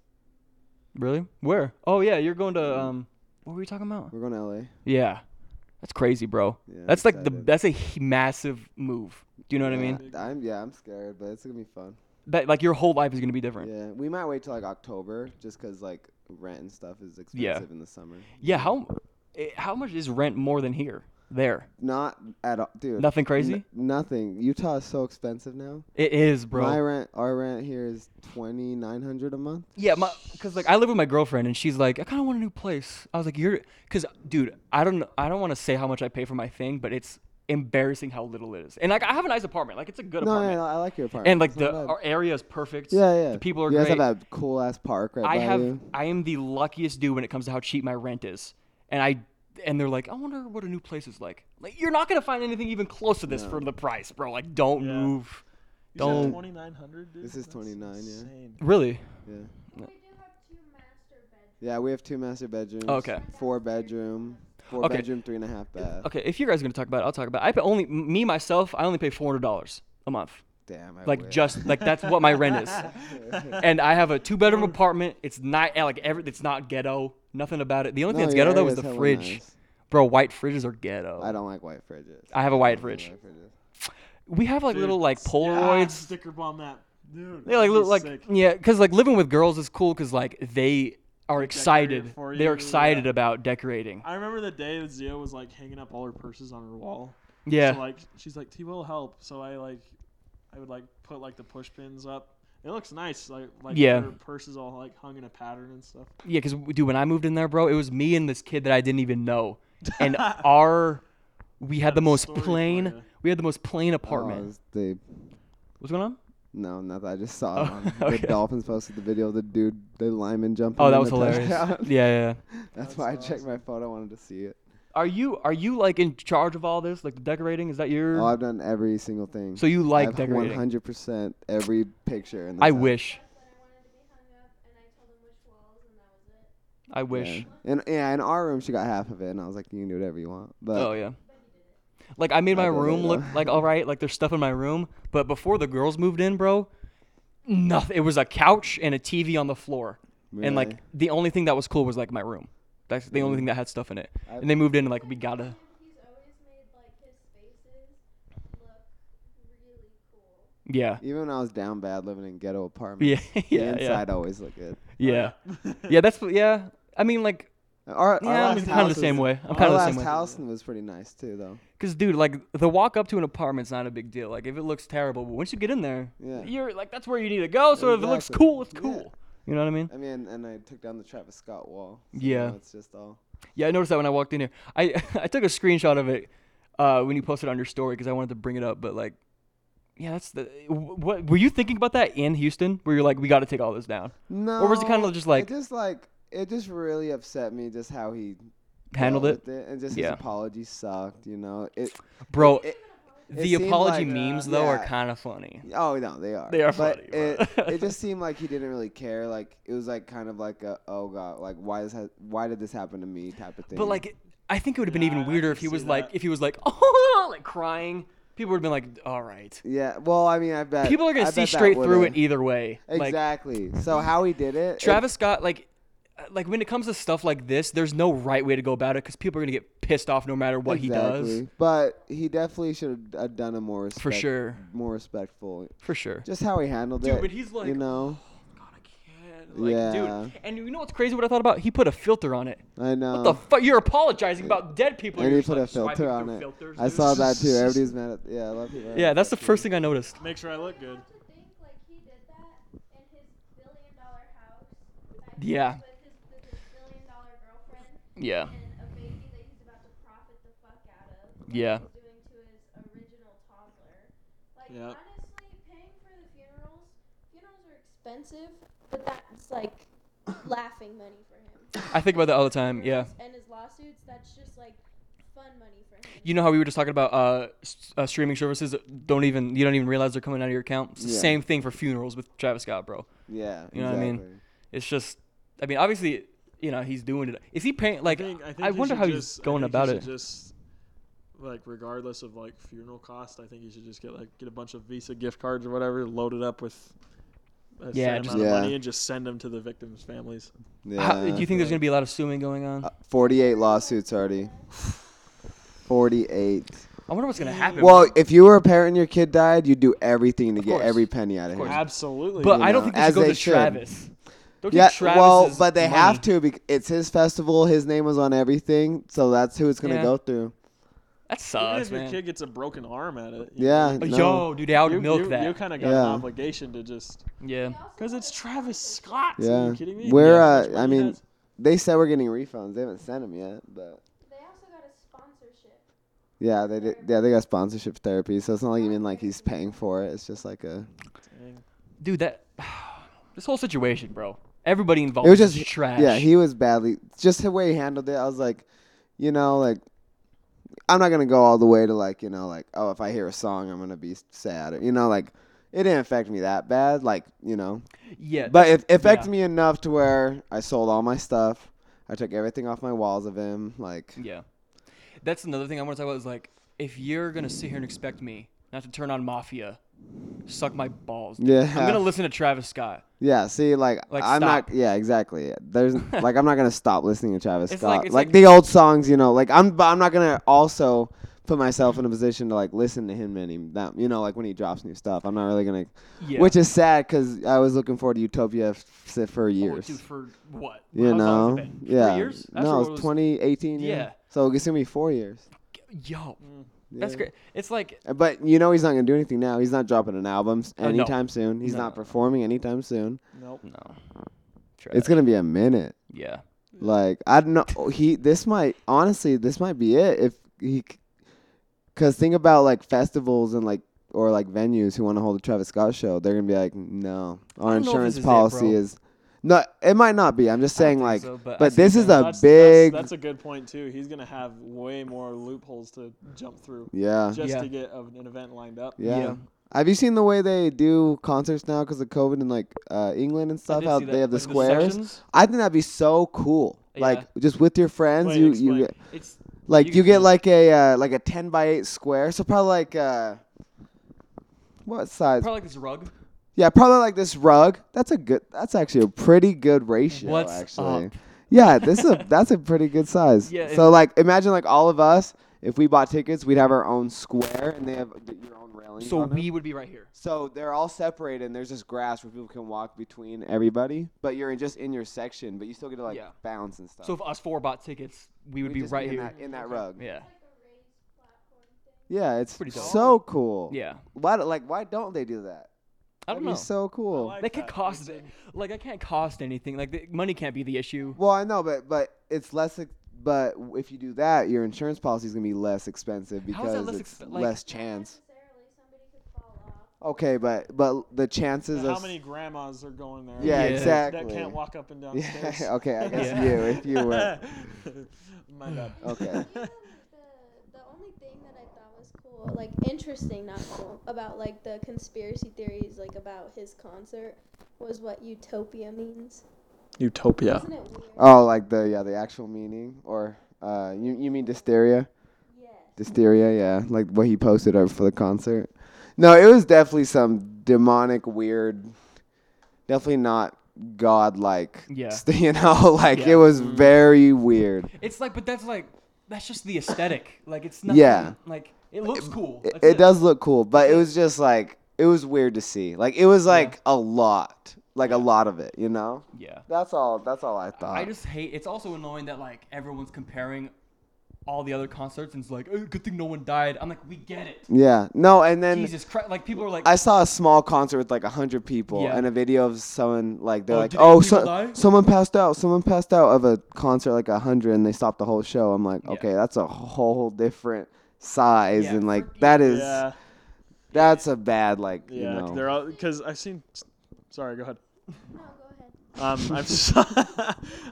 S2: Really? Where? Oh yeah, you're going
S3: Mm-hmm.
S2: to um. What were we talking about?
S3: We're going to LA.
S2: Yeah, that's crazy, bro.
S3: Yeah, I'm
S2: that's like the
S3: excited.
S2: that's a h- massive move. Do you know what I
S3: Yeah,
S2: mean?
S3: I'm yeah, I'm scared, but it's gonna be fun.
S2: That like your whole life is gonna be different. Yeah.
S3: Yeah, we might wait till like October just because like rent and stuff is expensive
S2: Yeah.
S3: in the summer.
S2: how eh, how much is rent more than here? There,
S3: Not at all, dude.
S2: nothing crazy.
S3: N- nothing. Utah is so expensive now.
S2: it is, bro.
S3: My rent, our rent here is twenty nine hundred a month.
S2: Yeah, my because like I live with my girlfriend and she's like, I kind of want a new place. I was like, you're because dude, I don't I don't want to say how much I pay for my thing, but it's embarrassing how little it is. And like I have a nice apartment, like it's a good
S3: No, no,
S2: apartment,
S3: no, I like your apartment.
S2: and like
S3: It's not
S2: the
S3: bad.
S2: our area is perfect.
S3: yeah, yeah.
S2: the people are
S3: you guys
S2: great.
S3: have that cool ass park right
S2: I
S3: by
S2: have
S3: you.
S2: I am the luckiest dude when it comes to how cheap my rent is, and I and they're like, I wonder what a new place is like. Like you're not gonna find anything even close to this for the price, bro. Like don't
S1: Yeah.
S2: move,
S1: You said
S2: don't
S1: 2900, dude?
S3: This is
S1: That's
S3: 29, yeah.
S1: insane.
S2: really.
S3: Yeah,
S4: Well, we do have two master bedrooms.
S3: yeah. We have two master bedrooms.
S2: Okay.
S3: Four bedroom, four
S2: Okay. Uh,
S3: bedroom, three and a half bath.
S2: Okay, if you guys are gonna talk about it, I'll talk about it. I pay only me myself. I only pay four hundred dollars a month.
S3: Damn, I
S2: Like
S3: wish.
S2: just like that's what my rent is. And I have a two bedroom apartment. It's not eh, like every. It's not ghetto. Nothing about it. The only
S3: No,
S2: thing that's
S3: your
S2: ghetto though
S3: area
S2: is the
S3: hella
S2: fridge,
S3: nice.
S2: Bro, white fridges are ghetto.
S3: I don't like white fridges.
S2: I have a white
S3: don't
S2: fridge.
S3: like fridges.
S2: We have like
S1: Dude,
S2: little like
S1: yeah,
S2: Polaroids.
S1: sticker bomb that. Dude,
S2: They like
S1: that'd
S2: little
S1: be
S2: like
S1: sick.
S2: yeah, because like living with girls is cool because like they are
S1: They decorate it
S2: excited.
S1: for you,
S2: They're excited
S1: yeah.
S2: about decorating.
S1: I remember the day that Zia was like hanging up all her purses on her wall.
S2: Yeah,
S1: So like she's like T will help. So I like I would like put like the push pins up. It looks nice. Like like
S2: Yeah.
S1: her purse is all like hung in a pattern and stuff.
S2: yeah. Because dude, when I moved in there, bro, it was me and this kid that I didn't even know, and our we had
S1: Got
S2: the
S1: a
S2: most
S1: story for
S2: plain.
S1: ya.
S2: We had the most plain
S3: Oh,
S2: apartment.
S3: it's the-
S2: What's going on?
S3: no, nothing. I just saw it
S2: Oh,
S3: on
S2: okay.
S3: the Dolphins posted the video of the dude, the lineman jumping.
S2: Oh, that
S3: in
S2: was
S3: the
S2: hilarious. Yeah,
S3: touchdown.
S2: yeah. yeah.
S3: That's
S1: That's
S3: why I
S1: so
S3: checked my phone. I wanted to see it.
S2: Are you are you like in charge of all this, like the decorating? Is that your?
S3: Oh, I've done every single thing.
S2: so you like
S3: I've
S2: decorating?
S3: 100% every picture. In the
S2: I
S3: town.
S2: wish.
S4: when I wanted to be hung up, and I told him which walls, and that was it.
S2: I wish.
S3: Yeah. And yeah, in our room she got half of it, and I was like, you can do whatever you want. But
S2: oh yeah. Like I made my
S3: I did it,
S2: room look
S3: though.
S2: like all right. Like there's stuff in my room, but before the girls moved in, bro, nothing. It was a couch and a TV on the floor, and like
S3: really, Mm.
S2: the only thing that was cool was like my room. That's the only thing that had stuff in it.
S3: I've-
S2: and they moved in, and like we gotta.
S4: And he's always made like his faces look really cool.
S2: Yeah.
S3: even when I was down bad living in ghetto
S2: Yeah.
S3: apartments, the
S2: Yeah. Yeah.
S3: inside always looked good.
S2: Yeah.
S1: yeah.
S2: Yeah. That's yeah. I mean, like
S3: Our,
S2: yeah,
S3: our
S2: I'm
S3: last
S2: kind of
S3: house
S2: the same
S3: was-
S2: way. I'm
S1: our
S2: kind
S3: Our
S2: of the
S3: last
S2: same way.
S3: house was pretty nice too, though.
S2: Cause dude, like the walk up to an apartment's not a big deal. Like if it looks terrible, but once you get in there,
S3: Yeah.
S2: you're like that's where you need to go. So if it looks
S3: Exactly.
S2: cool, it's
S3: Yeah.
S2: cool. You know what I mean?
S3: I mean, and I took down the Travis Scott wall. So
S2: Yeah.
S3: now it's just all.
S2: Yeah, I noticed that when I walked in here. I I took a screenshot of it uh, when you posted it on your story because I wanted to bring it up. But like, yeah, that's the wh- what were you thinking about that in Houston where you're like we got to take all this down?
S3: No.
S2: was it kinda just like-
S3: It just like it just really upset me just how he dealt
S2: Handled it,
S3: with it, and just
S2: Yeah.
S3: his apology sucked. You know it.
S2: bro.
S3: it- it
S2: the
S3: seemed
S2: apology
S3: like,
S2: memes
S3: uh,
S2: though are
S3: yeah.
S2: kind of funny.
S3: Oh no, they are.
S2: They are
S3: but
S2: funny,
S3: It,
S2: bro.
S3: it just seemed like he didn't really care. Like it was like kind of like a oh god, like why is ha- why did this happen to me type of thing.
S2: But like, I think it would have been
S1: Yeah,
S2: even
S1: I
S2: weirder
S1: can
S2: if he
S1: see
S2: was like
S1: that.
S2: if he was like oh like crying. People would have been like, all right.
S3: yeah, well, I mean, I bet
S2: People are gonna
S3: I
S2: see
S3: bet that
S2: straight through
S3: would've-
S2: it either way. Like,
S3: Exactly. so how he did it, it-
S2: Travis Scott, like, uh, like when it comes to stuff like this, there's no right way to go about it because people are gonna get pissed off no matter what he does.
S3: exactly. But he definitely should have uh, done a more respect,
S2: For sure,
S3: more respectful.
S2: for sure.
S3: Just how he handled
S2: Dude,
S3: it.
S2: but he's like,
S3: you know,
S2: God, I can't. Like,
S3: Yeah.
S2: dude. And you know what's crazy? What I thought about? He put a filter on it.
S3: I know.
S2: What the fuck? You're apologizing about dead people.
S3: Uh, and
S2: you're
S3: he
S2: just,
S3: put
S2: like,
S3: a filter
S2: swiping
S3: on
S2: through
S3: it.
S2: filters,
S3: I
S2: dude.
S3: saw that too. Everybody's mad at. Yeah, I love people. mad
S2: Yeah,
S3: at
S2: that's the
S3: that
S2: first thing I noticed.
S1: Make sure I look good.
S4: To think like he did that in his billion dollar house. back
S2: Yeah.
S4: With his, with his billion dollar girlfriend
S2: Yeah.
S4: and a baby that he's about to profit the fuck out of. like
S2: Yeah.
S4: He's doing to his original toddler. Like
S1: Yeah.
S4: honestly, paying for the funerals. Funerals are expensive, but that's like laughing money for him.
S2: I think about that all the time. Yeah.
S4: And his lawsuits, that's just like fun money for him.
S2: You know how we were just talking about uh, s- uh streaming services that don't even you don't even realize they're coming out of your account. It's the
S3: Yeah.
S2: same thing for funerals with Travis Scott, bro.
S3: too. Yeah,
S2: You know what I mean?
S3: exactly.
S2: It's just, I mean, obviously, you know, he's doing it. Is he paying? Like, I,
S1: he
S2: wonder
S1: should
S2: how he's
S1: just- I
S2: going
S1: think he
S2: about
S1: should
S2: it.
S1: Just like regardless of like funeral cost, I think you should just get like get a bunch of Visa gift cards or whatever, load it up with a
S2: Yeah,
S1: set
S2: just-
S1: amount of
S3: Yeah.
S1: money, and just send them to the victims' families.
S2: How- do you think there's
S3: yeah.
S2: gonna be a lot of suing going on?
S3: Uh, 48 lawsuits already. 48.
S2: I wonder what's gonna happen.
S3: Well, if you were a parent and your kid died, you'd do everything to get
S2: course.
S3: every penny out of,
S2: course.
S3: him.
S1: Absolutely,
S2: but I don't
S3: you know,
S2: think they should
S3: as
S2: go
S3: they
S2: to
S3: should.
S2: Travis. Don't
S3: Yeah,
S2: think Travis
S3: well,
S2: is
S3: but they
S2: money.
S3: have to. Because it's his festival. His name was on everything, so that's who it's gonna
S2: Yeah.
S3: go through.
S2: That
S1: even
S2: sucks,
S1: if your
S2: man.
S1: kid gets a broken arm at it, you-
S3: Yeah.
S2: Oh,
S3: no.
S2: Yo, dude, I would
S1: you,
S2: milk
S1: you,
S2: that.
S1: You kind of got
S3: Yeah.
S1: an obligation to just
S2: yeah.
S1: because it's Travis Scott. Are
S3: Yeah.
S1: you kidding me?
S3: We're,
S1: Yeah,
S3: uh,
S1: that's what
S3: I
S1: he
S3: mean-
S1: does.
S3: They said we're getting refunds. They haven't sent them yet, but
S4: They also got a sponsorship.
S3: yeah, they did. Yeah, they got sponsorship therapy, so it's not like even like he's paying for it. It's just like a.
S1: Dang.
S2: Dude, that. This whole situation, bro. Everybody involved
S3: It was
S2: is
S3: just
S2: trash.
S3: Yeah, he was badly. Just the way he handled it, I was like, you know, like I'm not gonna go all the way to like, you know, like oh, if I hear a song, I'm gonna be sad, or you know, like it didn't affect me that bad, like you know,
S2: Yeah.
S3: but it, it affected
S2: yeah.
S3: me enough to where I sold all my stuff. I took everything off my walls of him, like
S2: Yeah. That's another thing I want to talk about is like if you're gonna sit here and expect me not to turn on Mafia suck my balls.
S3: Yeah.
S2: I'm gonna listen to Travis Scott.
S3: Yeah, see, like,
S2: Like,
S3: I'm
S2: stop.
S3: not. Yeah, exactly. There's like I'm not gonna stop listening to Travis
S2: It's like-
S3: Scott. Like,
S2: it's like-
S3: the old songs, you know. Like I'm, but I'm not gonna also put myself in a position to like listen to him any that you know like when he drops new stuff. I'm not really gonna,
S2: Yeah.
S3: which is sad because I was looking forward to Utopia f- s- for
S2: Oh,
S3: years.
S2: dude, for what?
S3: you
S2: How long
S3: know,
S2: has it been? Three
S3: yeah.
S2: years? That's
S3: No,
S2: what
S3: it was 2018. Yeah.
S2: Yeah.
S3: So it's gonna be four years.
S2: Yo,
S3: Yeah.
S2: that's great. It's like
S3: But you know he's not gonna do anything now. He's not dropping an album s-
S2: Oh, no.
S3: anytime soon. He's
S2: No,
S3: not
S2: no, no.
S3: performing anytime soon.
S1: Nope.
S2: no.
S3: It's gonna be a minute.
S2: yeah.
S3: Like I don't know. oh, He this might honestly this might be it if he, because think about like festivals and like or like venues who want to hold a Travis Scott show. They're gonna be like, no, our
S2: I don't know if
S3: insurance
S2: this is it,
S3: policy
S2: bro."
S3: is. No, it might not be. I'm just saying like,
S2: but,
S3: but this is a
S1: that's,
S3: big.
S1: That's, that's a good point too. He's gonna have way more loopholes to jump through
S3: yeah,
S1: just
S2: Yeah.
S1: to get a- an event lined up.
S3: yeah.
S2: Yeah.
S3: Have you seen the way they do concerts now because of COVID in like uh, England and stuff? How they have the squares. I think that'd be so cool. Like just with your friends,
S1: Wait,
S3: you
S1: explain.
S3: you get,
S2: It's
S3: Like
S2: You
S3: you,
S2: can
S3: get
S2: choose.
S3: like a uh, like a ten by eight square, so probably like uh, what size?
S2: probably like this rug.
S3: yeah, probably like this rug. That's a good. That's actually a pretty good ratio.
S2: What's
S3: actually?
S2: up?
S3: Yeah, this is a, that's a pretty good size.
S2: Yeah,
S3: So like imagine like all of us, if we bought tickets, we'd have our own square, and they have th- your own railings.
S2: So
S3: on them.
S2: we would be right here.
S3: So they're all separated, and there's this grass where people can walk between everybody. But you're just in your section, but you still get to like
S2: Yeah.
S3: bounce and stuff.
S2: So if us four bought tickets, we would
S3: We'd
S2: be
S3: just
S2: right
S3: in
S2: here.
S3: that, in that rug.
S2: Yeah.
S3: Yeah, it's
S2: Pretty dope.
S3: so cool.
S2: Yeah.
S3: Why do- like why don't they do that?
S2: I don't
S3: That'd
S2: know.
S3: be so cool.
S1: like
S2: They could
S1: that.
S2: cost
S1: It's
S2: it. Like I can't cost anything. Like the, money can't be the issue.
S3: well, I know, but but it's less. ex- But if you do that, your insurance policy is gonna be less expensive
S2: How is that
S3: because
S2: less
S3: it's
S2: exp- like-
S3: less chance.
S4: Necessarily, somebody could fall off.
S3: Okay, but but the chances
S1: How
S3: of
S1: many grandmas are going there?
S3: yeah,
S2: Yeah.
S3: exactly.
S1: That can't walk up and down
S3: Yeah,
S1: stairs.
S3: okay, I guess
S2: Yeah.
S3: you if you were.
S1: My bad.
S3: Okay.
S4: Even the, the only thing that I thought was cool, like interesting, not cool, about like the conspiracy theories, like about his concert, was what utopia means.
S1: Utopia.
S4: Isn't it weird?
S3: Oh, like the yeah the actual meaning or uh you you mean dysteria?
S4: Yes.
S3: Dysteria, yeah, like what he posted up for the concert. No, it was definitely some demonic, weird, definitely not godlike.
S2: Yeah.
S3: st- you know, like
S2: Yeah. Mm.
S3: it was very weird.
S2: It's like, but that's like, that's just the aesthetic. Like it's not.
S3: Yeah.
S2: Like it looks cool.
S3: It,
S2: That's
S3: it does look cool, but it was just like it was weird to see. Like it was like a lot, like a lot of it. You know,
S2: Yeah.
S3: that's all. That's all I thought.
S2: I just hate. It's also annoying that like everyone's comparing all the other concerts and it's like, oh, good thing no one died. I'm like, we get it.
S3: yeah, no, and then.
S2: Jesus Christ! Like people are like,
S3: I saw a small concert with like a hundred people
S2: Yeah.
S3: and a video of someone like they're
S2: Oh,
S3: like,
S2: did
S3: oh,
S2: people
S3: so,
S2: die?"
S3: someone passed out, someone passed out of a concert like a hundred and they stopped the whole show. I'm like,
S2: Yeah.
S3: okay, that's a whole different size
S2: Yeah,
S3: and like
S2: for-
S3: that is
S1: Yeah,
S3: that's a bad like you
S1: yeah.
S3: know.
S1: They're all because I've seen. Sorry, go ahead.
S4: No, go ahead.
S1: Um, I've saw,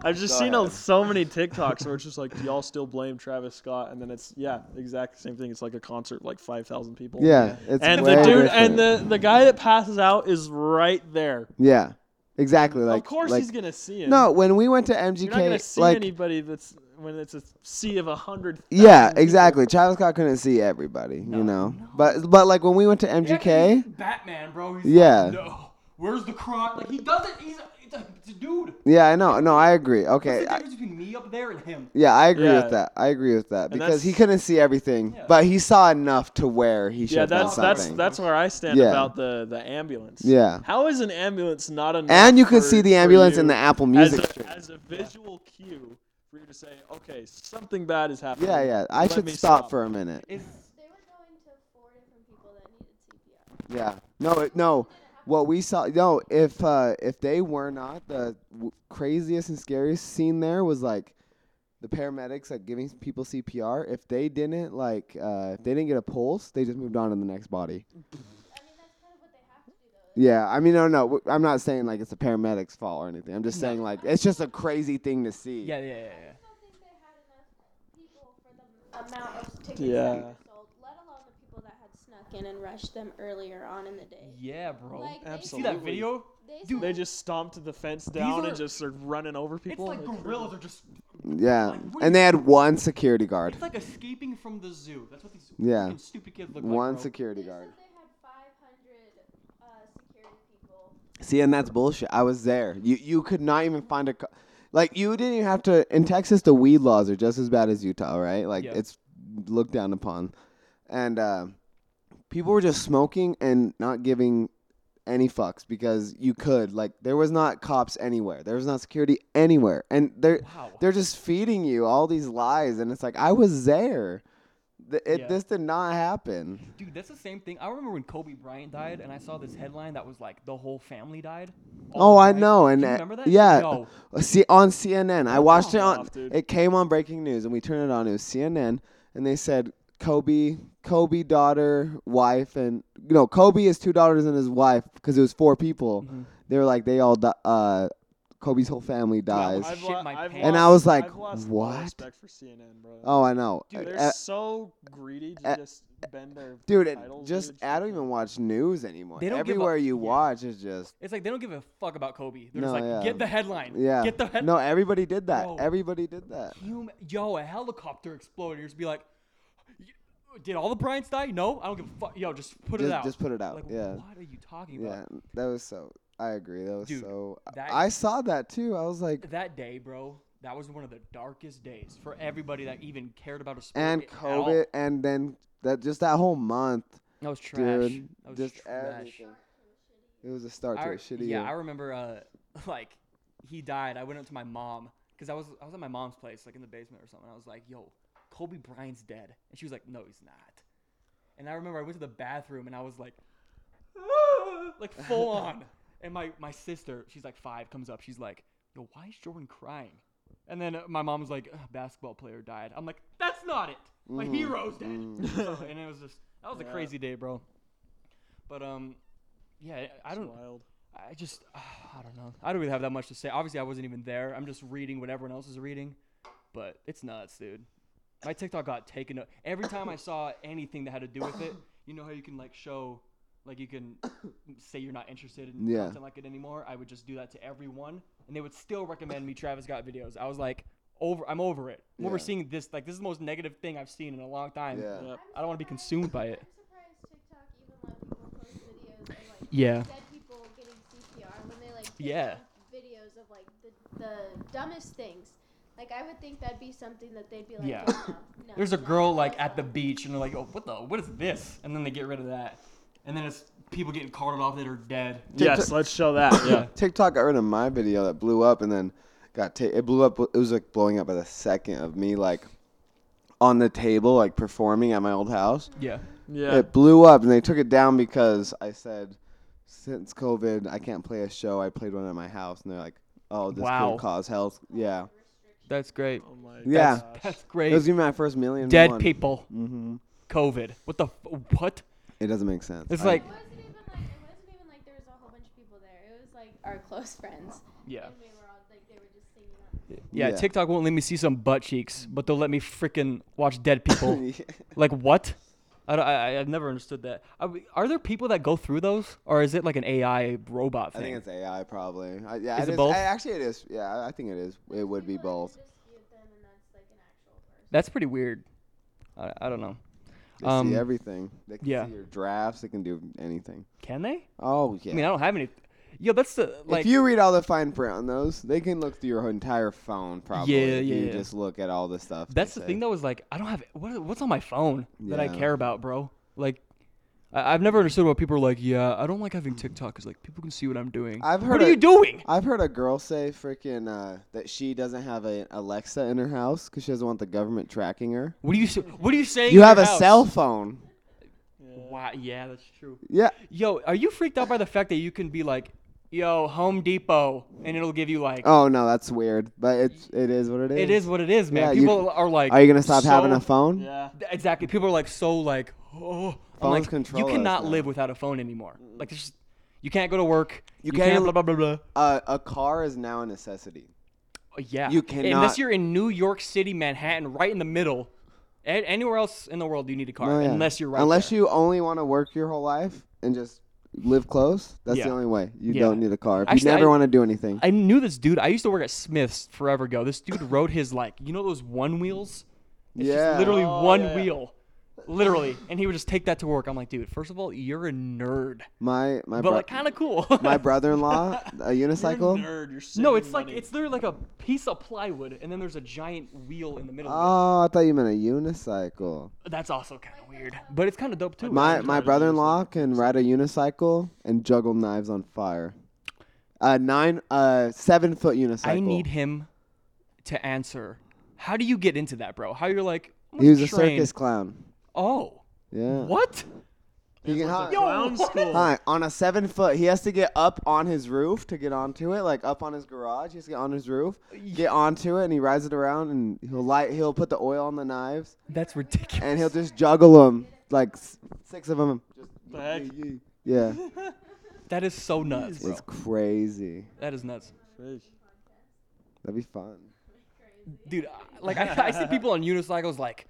S1: I've just
S3: Go
S1: seen
S3: ahead.
S1: all, so many TikToks where it's just like, do y'all still blame Travis Scott? And then it's yeah, exact same thing. It's like a concert, like five thousand people.
S3: yeah, it's
S1: and
S3: way
S1: the dude
S3: different.
S1: and the the guy that passes out is right there.
S3: yeah, exactly like
S1: of course
S3: like,
S1: he's gonna see him.
S3: no when we went to
S1: you're not gonna
S3: MGK
S1: see
S3: like
S1: anybody that's when it's a sea of a hundred.
S3: yeah
S1: thousand people.
S3: exactly Travis Scott couldn't see everybody you know
S2: no.
S3: but but like when we went to
S2: Yeah, 'cause
S3: MGK
S2: he's Batman, bro. He's
S3: Yeah.
S2: Like, no. Where's the crime? Like he doesn't. He's a, it's a, it's a dude.
S3: yeah I know no I agree
S2: What's
S3: okay
S2: the
S3: I-
S2: difference between me up there and him?
S3: Yeah, I agree
S1: Yeah.
S3: with that. I agree with that because he
S1: that's-
S3: couldn't see everything,
S2: Yeah.
S3: but he saw enough to where he should
S1: Yeah,
S3: have done
S1: that's that's
S3: something.
S1: that's where I stand
S3: Yeah.
S1: about the the ambulance.
S3: Yeah.
S1: How is an ambulance not enough?
S3: and you could
S1: for-
S3: see the
S1: for
S3: ambulance
S1: you
S3: in the Apple
S1: as
S3: Music. stream.
S1: a, as a visual cue for you to say, okay, something bad is happening.
S3: yeah, yeah. I
S1: Let
S3: should
S1: me
S3: stop, for a minute.
S2: It's
S4: They were going to four different people that needed CPR.
S3: Yeah. No, it, no. What we saw, no. If uh, if they were not the w- craziest and scariest scene there was like the paramedics like giving people CPR. If they didn't like, uh, if they didn't get a pulse, they just moved on to the next body.
S4: I mean, that's kind of what they have to do, though.
S3: Yeah, I mean, no, no. w- I'm not saying like it's the paramedics' fault or anything. I'm just saying like it's just a crazy thing to see.
S2: yeah, yeah, yeah, yeah, yeah.
S4: I don't think they had enough people for the amount of tickets that
S1: Yeah.
S4: were sold, let alone the people that had snuck in and rushed them earlier on in the day.
S2: Yeah, bro.
S4: Like, they
S2: See that
S1: Absolutely.
S2: video?
S4: They
S2: Dude,
S1: They
S4: sold-
S1: just stomped the fence down
S2: are-
S1: and just are running over people.
S2: it's like gorillas are just.
S3: Yeah,
S2: Like, what do
S3: and they
S2: you-
S3: had one security guard.
S2: It's like escaping from the zoo. That's what these
S3: Yeah.
S2: fucking stupid kids look like.
S3: One
S2: bro.
S3: security
S4: They
S3: guard.
S4: said they had 500
S3: See, and that's bullshit. I was there. You you could not even find a, co- like you didn't even have to. In Texas, the weed laws are just as bad as Utah, right? Like
S2: Yeah.
S3: it's looked down upon, and uh, people were just smoking and not giving any fucks because you could. Like there was not cops anywhere. There was not security anywhere, and there
S2: Wow.
S3: they're just feeding you all these lies, and it's like I was there. Th- it,
S2: Yeah.
S3: This did not happen.
S2: Dude, that's the same thing. I remember when Kobe Bryant died, and I saw this headline that was like the whole family died.
S3: Oh, I
S2: died.
S3: know, and
S2: Do you
S3: uh,
S2: remember that?
S3: yeah,
S2: No.
S3: see on CNN. I watched it on.
S1: off, dude.
S3: it came on breaking news, and we turned it on. It was CNN, and they said Kobe, Kobe daughter, wife, and no, Kobe is two daughters and his wife because it was four people.
S2: Mm-hmm.
S3: They were like they all, di- uh, Kobe's whole family dies.
S2: I've- shit my pants.
S3: And I was like,
S1: I've lost all
S3: "What?"
S1: Respect for CNN, bro.
S3: oh, I know.
S1: dude, they're
S3: Uh,
S1: so greedy to
S3: uh,
S1: just bend their
S3: dude, it
S1: titles,
S3: just
S1: dude.
S3: I don't even watch news anymore.
S2: They don't give a-
S3: Everywhere you
S2: yeah.
S3: watch is just
S2: It's like they don't give a fuck about Kobe. They're
S3: No,
S2: just like,
S3: yeah.
S2: get the headline.
S3: yeah.
S2: Get the headline.
S3: no, everybody did that.
S2: Bro.
S3: Everybody did that.
S2: Human, yo, a helicopter exploded. You're just be like, did all the Bryants die? No, I don't give a fuck. Yo, just put
S3: Just-
S2: it out.
S3: just put it out,
S2: Like,
S3: yeah.
S2: What are you talking
S3: Yeah,
S2: about?
S3: that was so. I agree. That was
S2: Dude,
S3: so.
S2: that-
S3: I saw that too. I was like,
S2: That day, bro, that was one of the darkest days for everybody that even cared about a sport.
S3: and
S2: i- at all.
S3: COVID, and then that just that whole month,
S2: That was trash.
S3: dude,
S2: that was
S3: just
S2: trash.
S3: everything. It was a start to
S2: I,
S3: a shitty
S2: yeah,
S3: year.
S2: I remember uh, like he died. I went up to my mom because I was I was at my mom's place, like in the basement or something. I was like, "Yo, Kobe Bryant's dead," and she was like, "No, he's not." And I remember I went to the bathroom and I was like, like full on. And my my sister, she's like five, comes up. She's like, "Yo, why is Jordan crying?" And then uh, my mom was like, "Ugh, "Basketball player died." I'm like, "That's not it. My
S3: Mm.
S2: hero's dead." So- and it was just that was a
S1: Yeah.
S2: crazy day, bro. But um, yeah, I I
S1: It's
S2: don't.
S1: wild.
S2: I just, I don't know. I don't really have that much to say. Obviously, I wasn't even there. I'm just reading what everyone else is reading, but it's nuts, dude. My TikTok got taken up. Every time I saw anything that had to do with it, you know how you can like show, like you can say you're not interested in
S3: Yeah.
S2: content like it anymore. I would just do that to everyone, and they would still recommend me Travis Scott videos. I was like, over. I'm over it. I'm over
S3: Yeah.
S2: seeing this. Like this is the most negative thing I've seen in a long time.
S3: Yeah.
S1: Yep.
S2: Uh, I don't want to be consumed by it.
S4: I'm surprised TikTok even let people post videos of like
S2: Yeah.
S4: dead people getting CPR when they like take
S2: Yeah.
S4: down videos of like the, the dumbest things. Like I would think that'd be something that they'd be like,
S2: Yeah.
S4: "Oh, no, no,
S2: There's a
S4: no,
S2: girl
S4: no,
S2: like
S4: no."
S2: at the beach, and they're like, "Oh, what the? What is this?" And then they get rid of that, and then it's people getting carted off that are dead.
S1: Yes, let's show that. Yeah.
S3: TikTok got rid of my video that blew up, and then got ta- it blew up. It was like blowing up by the second of me like on the table, like performing at my old house.
S2: Yeah.
S1: Yeah.
S3: It blew up, and they took it down because I said, since COVID, I can't play a show. I played one at my house, and they're like, oh, this
S2: Wow.
S3: could cause health. Yeah.
S2: That's great.
S1: oh my
S3: Yeah.
S1: gosh.
S2: That's
S3: It was
S2: great.
S3: gonna be my first million. and
S2: Dead
S3: one.
S2: people. Mm-hmm. COVID. What the? F- what?
S3: It doesn't make sense.
S2: It's
S3: I-
S2: like.
S4: It wasn't even like it wasn't even like there was a whole bunch of people there. It was like our close friends.
S2: Yeah.
S4: And we were all like they were just singing on the
S2: yeah.
S3: Yeah.
S2: TikTok won't let me see some butt cheeks, but they'll let me freaking watch dead people.
S3: Yeah.
S2: like what? I, don't- I I- I've never understood that. I w- Are, there people that go through those, or is it like an AI robot
S3: I
S2: thing?
S3: think it's AI probably. I, yeah,
S2: Is it
S3: is-
S2: both?
S3: I- actually, it is. Yeah, I- I think it is. It would be both.
S4: dispute them and that's like an actual person.
S2: That's pretty weird. I, I don't know.
S3: They see everything. They can
S2: Um, yeah.
S3: see your drafts. They can do anything.
S2: can they?
S3: Oh yeah.
S2: I mean, I don't have any. Yo, that's the like.
S3: if you read all the fine print on those, they can look through your entire phone probably.
S2: Yeah,
S3: if
S2: yeah,
S3: You
S2: yeah.
S3: just look at all the stuff. they
S2: that's the
S3: say.
S2: thing that was like, I don't have what, what's on my phone that I
S3: Yeah.
S2: care about, bro. Like, I, I've never understood why people are like, yeah, I don't like having TikTok because like people can see what I'm doing.
S3: I've
S2: What
S3: heard
S2: are
S3: a-
S2: you doing?
S3: I've heard a girl say freaking uh, that she doesn't have an Alexa in her house because she doesn't want the government tracking her.
S2: What are you? s- What are you saying?
S3: You
S2: in
S3: have
S2: your
S3: a
S2: house?
S3: cell phone.
S2: Wow. Yeah, that's true.
S3: Yeah.
S2: Yo, are you freaked out by the fact that you can be like, yo, Home Depot, and it'll give you like.
S3: Oh no, that's weird. But it's it is what it is.
S2: It is what it is, man.
S3: Yeah, you-
S2: people are like.
S3: Are you gonna stop having
S2: so-
S3: a phone?
S1: Yeah.
S2: Exactly. People are like so like, oh, I'm
S3: Phones
S2: like,
S3: control
S2: you
S3: us
S2: cannot
S3: now.
S2: live without a phone anymore. Like, there's, just- you can't go to work. You,
S3: can't
S2: can't,
S3: l-
S2: blah blah blah blah.
S3: Uh, a car is now a necessity.
S2: Uh, yeah.
S3: You
S2: unless
S3: cannot-
S2: you're in New York City, Manhattan, right in the middle. A- anywhere else in the world, you need a car
S3: Oh, yeah.
S2: unless you're right.
S3: Unless
S2: there.
S3: you only want to work your whole life and just live close, that's
S2: Yeah.
S3: the only way. You
S2: Yeah.
S3: don't need a car. If
S2: Actually,
S3: you never
S2: I-
S3: want to do anything.
S2: I knew this dude. I used to work at Smith's forever ago. This dude rode his like, you know those one wheels. It's
S3: Yeah.
S2: just literally
S1: Oh,
S2: one
S1: yeah, yeah.
S2: wheel. Literally. And he would just take that to work. I'm like, dude, first of all, you're a nerd.
S3: My my
S2: but
S3: bro-
S2: like kind of cool.
S3: my brother-in-law, a
S1: You're a
S3: unicycle.
S1: nerd. You're
S2: No,
S1: saving
S2: it's like
S1: money.
S2: it's literally like a piece of plywood and then there's a giant wheel in the middle. of
S3: Oh, I thought you meant a unicycle.
S2: it. That's also kind of weird. But it's kind of dope too.
S3: My
S1: should
S3: Oh. my
S1: try to do
S3: brother-in-law
S1: something.
S3: can ride a unicycle and juggle knives on fire. A nine, uh, seven-foot unicycle.
S2: I need him to answer. How do you get into that, bro? How you're like I'm
S3: He
S2: on
S3: was a
S2: train.
S3: circus clown.
S2: Oh.
S3: Yeah.
S2: What?
S3: He can,
S1: It's
S3: hi,
S1: a clown
S2: what?
S1: school.
S3: hi, on a seven foot, he has to get up on his roof to get onto it, like up on his garage. He has to get on his roof, get onto it, and he rides it around, and he'll light, he'll put the oil on the knives,
S2: That's ridiculous.
S3: and he'll just juggle them, like s- six of them.
S1: The heck?
S3: Yeah,
S2: That is so nuts, bro.
S3: it's crazy.
S2: That is nuts.
S1: Freak.
S3: That'd be fun.
S2: dude I- like I, I see people on unicycles like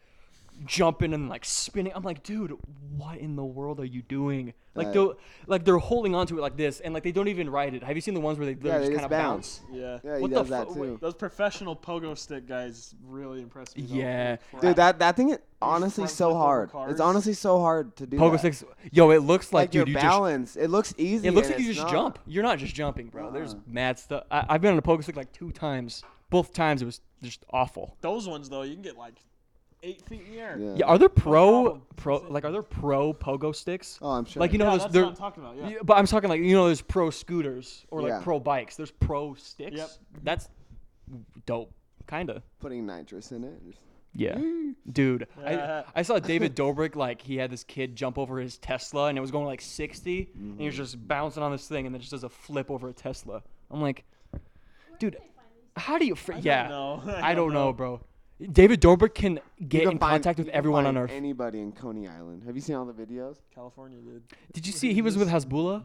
S2: jumping and like spinning i'm like dude what in the world are you doing like
S3: Right.
S2: they're like they're holding onto it like this and like they don't even ride it have you seen the ones where they literally
S3: Yeah,
S2: just
S3: they
S2: kind
S3: just
S2: of bounce,
S3: bounce.
S1: Yeah.
S3: Yeah, he
S2: What the
S3: does that
S2: fu-
S3: too.
S2: wait.
S1: Those professional pogo stick guys really impressed me. though.
S2: Yeah.
S1: Holy
S3: Dude,
S1: crap.
S3: that that thing is honestly
S1: front
S3: so
S1: flip over
S3: hard.
S1: cars.
S3: It's honestly so hard to do.
S2: pogo
S3: that.
S2: sticks yo it looks like,
S3: like, your
S2: dude you just
S3: balance. it looks easy.
S2: it looks
S3: and
S2: like you
S3: it's
S2: just
S3: not.
S2: jump you're not just jumping bro there's mad stuff I, i've been on a pogo stick like two times both times it was just awful
S1: those ones though, you can get like eight feet in the air.
S3: Yeah.
S2: yeah are there pro
S1: problem.
S2: pro like are there pro pogo sticks
S3: Oh, I'm sure.
S2: like you know
S1: Yeah,
S2: those
S1: that's
S2: they're
S1: what I'm talking about. Yeah.
S2: Yeah, but I'm talking like you know, there's pro scooters or like
S3: Yeah.
S2: pro bikes. There's pro sticks.
S1: Yep.
S2: That's dope, kinda.
S3: putting nitrous in it. Just-
S2: Yeah, dude.
S1: Yeah.
S2: I, I saw David Dobrik like he had this kid jump over his Tesla and it was going like 60 and he was
S3: Mm-hmm.
S2: just bouncing on this thing and then just does a flip over a Tesla. I'm like, dude, how do you? Fr- yeah,
S1: know.
S2: I don't know, bro. David Dobrik can get
S3: You can
S2: in
S3: find-
S2: contact with
S3: you can
S2: everyone on
S3: find
S2: earth.
S3: Anybody in Coney Island? Have you seen all the videos?
S1: California, dude.
S2: Did you see he was with Hasbullah?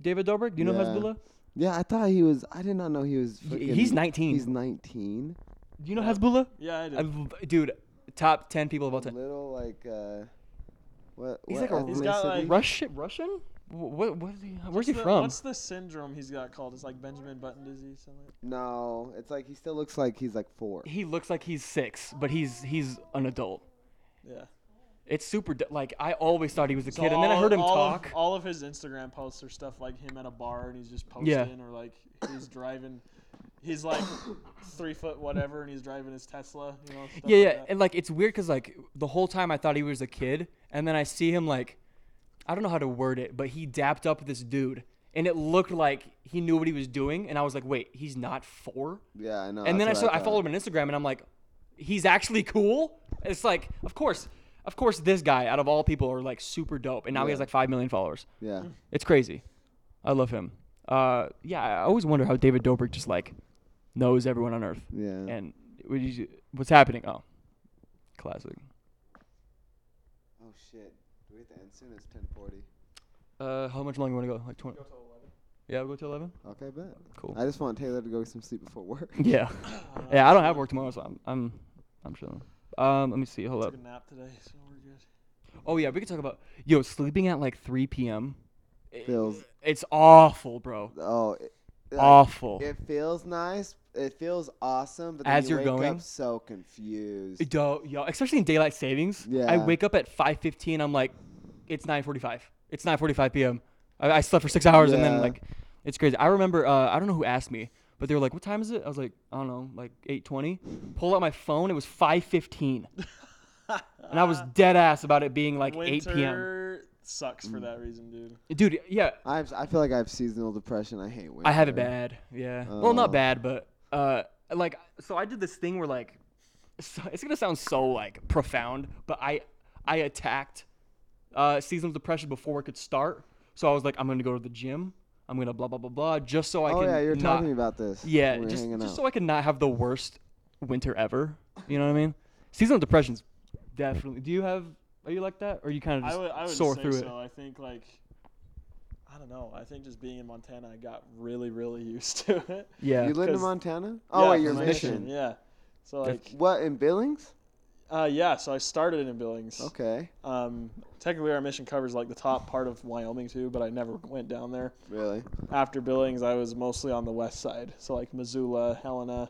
S2: David Dobrik, do you know
S3: Yeah.
S2: Hasbullah?
S3: Yeah, I thought he was. I did not know he was.
S2: Y- he's
S3: freaking-
S2: 19.
S3: He's 19.
S2: Do you know
S1: Yep.
S2: Hasbullah?
S1: Yeah, I did.
S2: I l- dude, top ten people of all time.
S3: Little like uh, what?
S2: He's
S3: what
S2: like a-
S1: He's got,
S3: ethnicity?
S1: like-
S2: Russian? Russian? What? What is he? Where's
S1: What's
S2: he
S1: the-
S2: from?
S1: What's the syndrome he's got called? It's like Benjamin Button disease. Something. like-
S3: no, it's like he still looks like he's like four.
S2: He looks like he's six, but he's he's an adult.
S1: Yeah.
S2: It's super d- like I always thought he was a
S1: So
S2: kid, and then I
S1: all-
S2: heard him
S1: all
S2: talk.
S1: Of, all of his Instagram posts are stuff like him at a bar and he's just posting,
S2: Yeah.
S1: or like he's driving. He's like three foot whatever, and he's driving his Tesla. You know. stuff
S2: yeah, yeah,
S1: like that.
S2: and like it's weird because like the whole time I thought he was a kid, and then I see him like, I don't know how to word it, but he dapped up this dude, and it looked like he knew what he was doing, and I was like, wait, he's not four.
S3: Yeah, I know.
S2: and then I
S3: that's
S2: saw
S3: what
S2: I
S3: thought.
S2: followed him on Instagram, and I'm like, he's actually cool. It's like, of course, of course, this guy out of all people are like super dope, and now he has
S3: Yeah.
S2: like five million followers.
S3: Yeah,
S2: It's crazy. I love him. Uh, yeah, I always wonder how David Dobrik just like knows everyone on Earth.
S3: yeah.
S2: And what did you- what's happening? Oh, classic.
S3: Oh shit. Do we have to end soon? It's 10:40.
S2: Uh, how much longer you want to go? Like twenty. Go to eleven. Yeah, we'll go to eleven.
S3: Okay, bet.
S2: Cool.
S3: I just want Taylor to go get some sleep before work.
S2: yeah. Yeah, I don't have work tomorrow, so I'm I'm I'm chilling. Um, let me see. Hold up.
S1: Took a nap today, so we're good.
S2: Oh yeah, we could talk about yo sleeping at like 3 p.m. i-
S3: Feels-
S2: It's awful, bro.
S3: Oh, it, like,
S2: awful.
S3: it feels nice. It feels awesome, but then
S2: Oh. As
S3: you
S2: you're
S3: wake
S2: going?
S3: up so confused.
S2: Yo, yo, especially in daylight savings. I
S3: Yeah.
S2: wake up at 5:15. I'm like, it's 9:45. It's 9:45 p.m. I, I slept for six hours and then
S3: Yeah.
S2: like, it's crazy. I remember uh, I don't know who asked me, but they were like, what time is it? I was like, I don't know, like 8:20. Pull out my phone. It was 5:15, and I was dead ass about it being like 8 p.m.
S1: Winter sucks
S2: Mm.
S1: for that reason, dude.
S2: Dude, yeah,
S3: I have, I feel like I have seasonal depression. I hate winter.
S2: I have it bad. Yeah. well,
S3: Oh.
S2: not bad, but uh, like, so I did this thing where like, so, it's gonna sound so like profound, but I I attacked uh, seasonal depression before it could start. So I was like, I'm gonna go to the gym. I'm gonna blah blah blah blah, just so I
S3: Oh
S2: can.
S3: yeah, you're
S2: not,
S3: talking about this.
S2: Yeah,
S3: when we were
S2: just
S3: hanging
S2: just
S3: out.
S2: so I can not have the worst winter ever. You know what I mean? Seasonal depression's definitely. Do you have? Are you like that? Or you kind of
S1: I
S2: just
S1: would, I would
S2: soar
S1: say
S2: through
S1: so. I think like, I don't know. I think just being in Montana, I got really, really used to it.
S2: it? Yeah.
S3: you live in
S1: 'cause-
S3: Montana? Oh, wait,
S1: yeah,
S3: you're
S1: from
S3: mission.
S1: Yeah. So like,
S3: What in Billings?
S1: uh, yeah. So I started in Billings.
S3: Okay,
S1: Um, technically, our mission covers like the top part of Wyoming too, but I never went down there.
S3: really?
S1: After Billings, I was mostly on the west side, so like Missoula, Helena,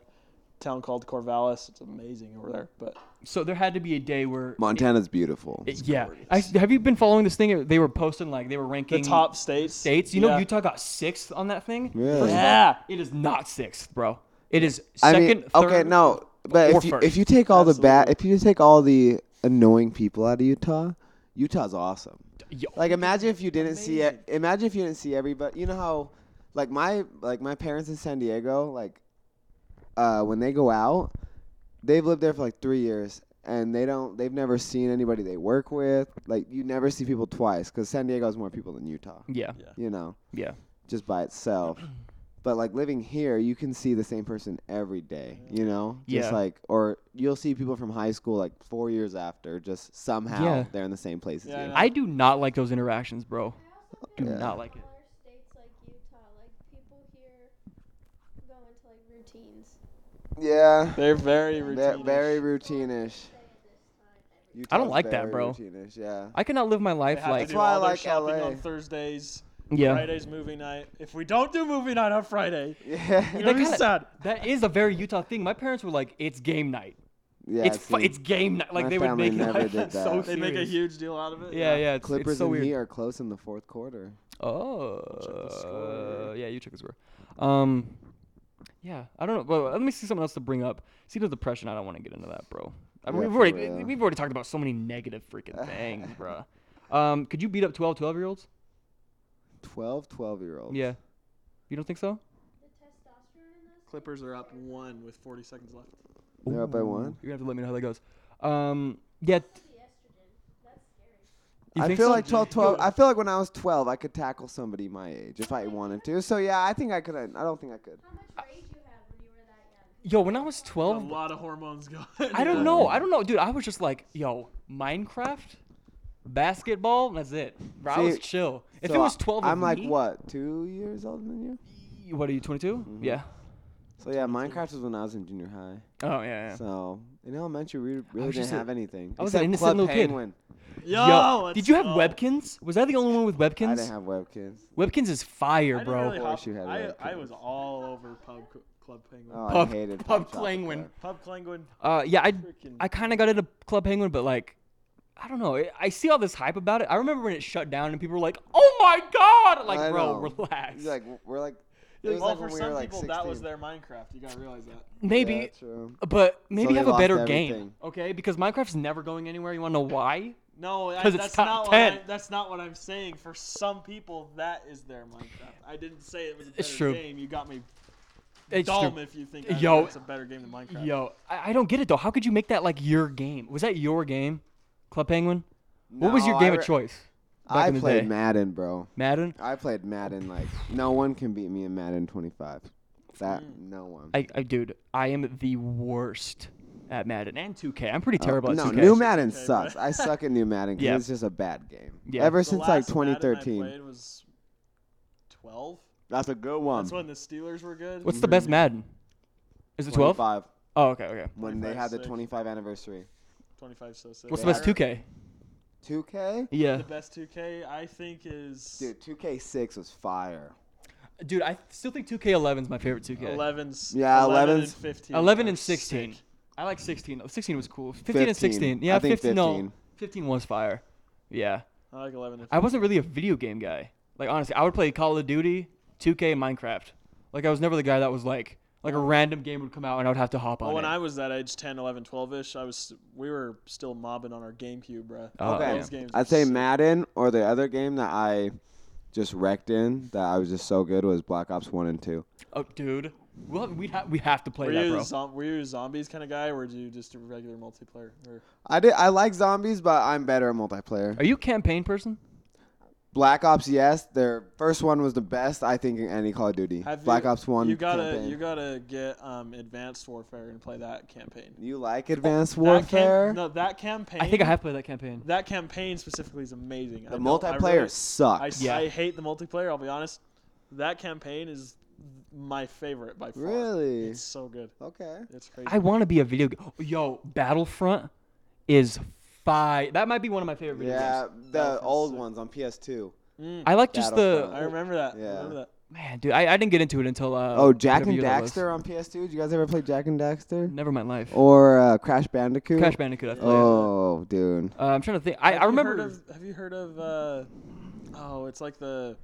S1: town called Corvallis. It's amazing over there. But
S2: So there had to be a day where.
S3: Montana's beautiful.
S2: It- yeah. I, have you been following this thing? They were posting like they were
S1: the
S2: ranking
S1: top states.
S2: states. You know,
S1: yeah.
S2: Utah got sixth on that thing.
S3: Really?
S1: Yeah.
S2: It is not sixth, bro. It is
S3: I
S2: second.
S3: mean,
S2: third,
S3: okay, no, but
S2: or
S3: if you,
S2: first.
S3: if you take all the bad,
S1: Absolutely.
S3: if you take all the annoying people out of Utah, Utah's awesome.
S2: Yo,
S3: Like imagine if you didn't see it.
S1: Amazing.
S3: Imagine if you didn't see everybody. You know how, like my like my parents in San Diego, like, uh, when they go out, they've lived there for like three years, and they don't. They've never seen anybody they work with. Like you never see people twice because San Diego has more people than Utah.
S2: yeah,
S3: You know,
S2: yeah.
S3: just by itself. But like living here, you can see the same person every day. You know, just
S2: Yeah.
S3: like or you'll see people from high school like four years after, just somehow
S2: Yeah.
S3: they're in the same place as
S1: Yeah, I
S3: you.
S1: know.
S2: I do not like those interactions, bro. Do
S3: Uh, Yeah.
S2: not like it.
S4: states like Utah, like people here go into like routines.
S3: Yeah.
S1: They're very
S3: Ve-
S1: routine.
S3: very routine-ish.
S2: I don't
S3: Utah's
S2: like that,
S3: very
S2: bro.
S3: routine-ish, yeah.
S2: I cannot live my
S1: They
S2: life
S1: have
S2: like
S1: to do
S3: why I
S1: all their
S3: like
S1: shopping
S3: LA.
S1: on Thursdays.
S2: yeah.
S1: Friday's movie night. If we don't do movie night on Friday,
S3: Yeah.
S1: you're gonna be
S2: kinda-
S1: sad.
S2: That is a very Utah thing. My parents were like, "It's game night.
S3: yeah
S2: it's fu-
S3: see,
S2: it's game night." Like
S3: my
S2: they would
S3: family
S2: make it
S3: never
S2: like
S3: did
S2: so
S3: that.
S1: They make a
S2: serious.
S1: huge deal out of it.
S2: Yeah, yeah. It's,
S3: Clippers
S2: it's so
S3: and
S2: weird.
S3: Heat are close in the fourth quarter.
S1: the
S2: Oh,
S1: score.
S2: yeah, you check the score. Um, yeah, I don't know. Well, let me see something else to bring up. Seasonal depression. I don't want to get into that, bro. I mean,
S3: Yeah,
S2: we've
S3: for
S2: already
S3: real.
S2: we've already talked about so many negative freaking things, bro. Um, could you beat up 12, 12 year olds?
S3: 12, 12 year olds.
S2: Yeah. You don't think so?
S4: The testosterone in those
S1: Clippers are up one with 40 seconds left.
S3: They're up by
S2: Ooh,
S3: one?
S2: You're gonna have to let me know how that goes. Um, yeah. t-
S4: the estrogen. That's scary.
S2: you
S3: I
S2: think
S3: feel
S2: so?
S3: like 12, 12 I feel like when I was 12, I could tackle somebody my age if I wanted to. So yeah, I think I could. I don't think I could.
S4: How much rage you had when you were that
S2: Yo,
S4: young?
S2: when I was
S1: A
S2: twelve,
S1: lot of hormones going.
S2: Oh. I don't
S1: on.
S2: know. I don't know, dude. I was just like, yo, Minecraft, basketball. and That's it. Bro, I was
S3: See,
S2: chill. If
S3: So
S2: it was
S3: I-
S2: twelve,
S3: I'm
S2: of
S3: like
S2: me,
S3: what, two years older than you?
S2: What are you, 22?
S3: Mm-hmm.
S2: Yeah.
S3: So yeah, Minecraft was when I was in junior high.
S2: Oh yeah. yeah.
S3: So in elementary, we really
S2: was
S3: didn't
S2: just a-
S3: have anything.
S2: I was an
S3: except
S2: innocent
S3: Club
S2: little kid.
S3: Penguin.
S1: Yo, let's
S2: did you have
S1: go.
S2: Webkins? Was I the only one with Webkins?
S3: I didn't have webkins.
S2: Webkins is
S1: I
S2: fire,
S1: didn't
S2: bro.
S1: really
S3: Of course
S1: hop-
S3: you had
S1: I,
S3: Red
S1: I
S3: Kings.
S1: was all over Pub C- Club Penguin.
S3: Oh,
S2: Pub-
S3: I hated
S2: Pub
S3: Chocolate
S2: Penguin.
S3: Club.
S1: Pub Penguin.
S2: Uh, yeah, I
S1: Freaking-
S2: I kind of got into Club Penguin, but like, I don't know. I- I see all this hype about it. I remember when it shut down and people were like, "Oh my god!" Like,
S3: I
S2: bro,
S3: know.
S2: relax.
S3: You're like w- we're like. It
S1: Well,
S3: was like
S1: for
S3: when we
S1: some
S3: were like
S1: people,
S3: 16.
S1: that was their Minecraft. You gotta realize that.
S2: maybe,
S3: Yeah, true.
S2: but maybe
S3: they
S2: have a
S3: lost
S2: better game,
S3: everything.
S2: okay? Because Minecraft's never going anywhere. You want to know why?
S1: No, I,
S2: 'Cause it's
S1: that's
S2: top
S1: not
S2: 10.
S1: what I, that's not what I'm saying. For some people, that is their Minecraft. I didn't say it was a better
S2: It's true.
S1: game. You got me
S2: It's true.
S1: dumb if you think I-
S2: Yo.
S1: it's a better game than Minecraft.
S2: Yo, I, I don't get it though. How could you make that like your game? Was that your game, Club Penguin? what was your
S3: No,
S2: game
S3: I
S2: of
S3: re-
S2: choice? Back
S3: I
S2: in the
S3: played
S2: day.
S3: Madden, bro.
S2: Madden.
S3: I played Madden like no one can beat me in Madden 25. That
S1: Mm.
S3: no one.
S2: I, I dude, I am the worst at Madden and 2K. I'm pretty
S3: Oh,
S2: terrible at
S3: no,
S2: 2K.
S3: new Madden
S1: Okay, but-
S3: sucks. I suck at new Madden because
S2: Yeah.
S3: it's just a bad game.
S2: Yeah.
S3: Ever
S1: The
S3: since like
S1: last Madden
S3: 2013.
S1: I played was 12.
S3: That's a good one.
S1: That's when the Steelers were good.
S2: What's the best Madden? Is it 12?
S3: 25,
S2: Oh, okay, okay.
S3: when they had the
S1: 25,
S3: 25 anniversary.
S1: 25 so sick.
S2: What's the best 2K?
S3: 2K?
S2: Yeah,
S1: The best 2K I think is
S3: Dude, 2K6 was fire.
S2: dude, I still think 2K11 is my favorite 2K.
S1: 11s.
S3: Yeah,
S1: 11 and
S3: 11s.
S1: 15.
S2: 11
S1: are
S2: and 16.
S1: sick.
S2: I like 16. Oh, 16 was cool. 15, and 16.
S3: 15.
S2: Yeah,
S3: I think
S2: 15. No,
S3: 15.
S2: 15 was fire. Yeah,
S1: I like 11 and
S2: I wasn't really a video game guy. Like honestly, I would play Call of Duty, 2K, and Minecraft. Like I was never the guy that was like like a random game would come out and I would have to hop on
S1: Well, when
S2: it.
S1: I was that age, 10, 11, 12-ish, I was we were still mobbing on our GameCube, bruh.
S2: Oh,
S3: Okay.
S1: Those games are
S3: I'd say
S1: sick.
S3: Madden or the other game that I just wrecked in that I was just so good was Black Ops One and Two.
S2: oh, dude, well, we ha- we have to play
S1: Were
S2: that,
S1: you,
S2: bro.
S1: a zom- were you a zombies kind of guy, or do you just a regular multiplayer? Or
S3: I did. I like zombies, but I'm better at multiplayer.
S2: Are you a campaign person?
S3: Black Ops, yes, their first one was the best I think in any Call of Duty.
S1: have
S3: Black
S1: you,
S3: Ops One.
S1: You gotta
S3: campaign.
S1: you gotta get um Advanced Warfare and play that campaign.
S3: You like Advanced
S1: Oh, That cam-
S3: Warfare?
S1: no, that campaign.
S2: I think I have played that campaign.
S1: That campaign specifically is amazing.
S3: the
S1: I know- I
S3: multiplayer
S1: really- I,
S3: sucks.
S1: s-
S2: Yeah.
S1: I hate the multiplayer. I'll be honest. That campaign is my favorite by far.
S3: Really?
S1: It's so good.
S3: Okay.
S1: It's crazy.
S2: I want to be a video. G- Yo, Battlefront is fire. That might be one of my favorite video
S3: Yeah,
S2: games.
S3: the
S1: Battlefield's
S3: old
S1: sick.
S3: ones on PS2.
S1: Mm,
S2: I like just the
S1: I remember that. I
S3: Yeah.
S1: remember that.
S2: Man, dude, I, I didn't get into it until uh,
S3: oh, Jack
S2: whatever
S3: and
S2: year that was.
S3: Daxter on PS2. Did you guys ever play Jack and
S1: Mm.
S3: Daxter?
S2: Never mind life.
S3: Or uh, Crash Bandicoot?
S2: Crash Bandicoot. I played.
S3: Oh, dude.
S2: Uh, I'm trying to think. I,
S1: Have
S2: I
S1: you
S2: remember.
S1: Heard of, have you heard of? Uh, oh, it's like the.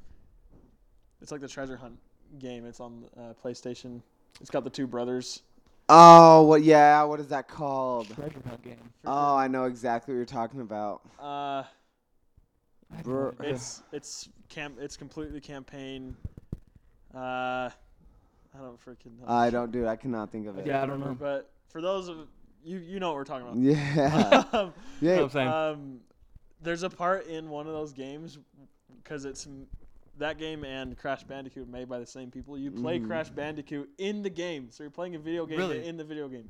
S1: It's like the treasure hunt game. It's on uh, PlayStation. It's got the two brothers.
S3: Oh, what? Yeah, what is that called?
S2: Treasure Hunt game.
S3: Oh, I know exactly what you're talking about.
S1: Uh,
S3: Bro-
S1: it's it's camp. It's completely campaign. Uh, I don't freaking know.
S3: I don't, dude. I cannot think of it.
S2: Yeah, I don't know.
S1: But for those of you, you know what we're talking about.
S3: Yeah.
S1: Um,
S2: You
S3: yeah.
S2: know what I'm saying?
S1: Um, there's a part in one of those games because it's m- that game and Crash Bandicoot made by the same people. You play
S3: Mhm.
S1: Crash Bandicoot in the game, so you're playing a video game
S2: Mm. Really?
S1: in the video game.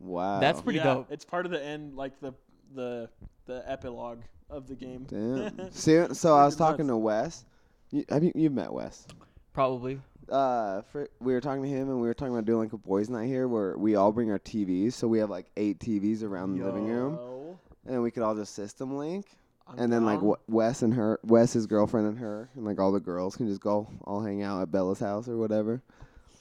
S3: Wow.
S2: That's pretty
S1: yeah,
S2: dope.
S1: It's part of the end, like the the the epilogue of the game.
S3: Damn. See, so I was
S1: Freaking nuts.
S3: talking to Wes. You, have you you've met Wes?
S2: Probably.
S3: Uh, fr we were talking to him, and we were talking about doing like a boys' night here, where we all bring our TVs. So we have like eight TVs around the living room,
S1: Yo,
S3: and we could all just system link.
S1: I'm
S3: and then like
S1: down.
S3: like Wes and her, Wes his girlfriend and her, and like all the girls can just go all hang out at Bella's house or whatever.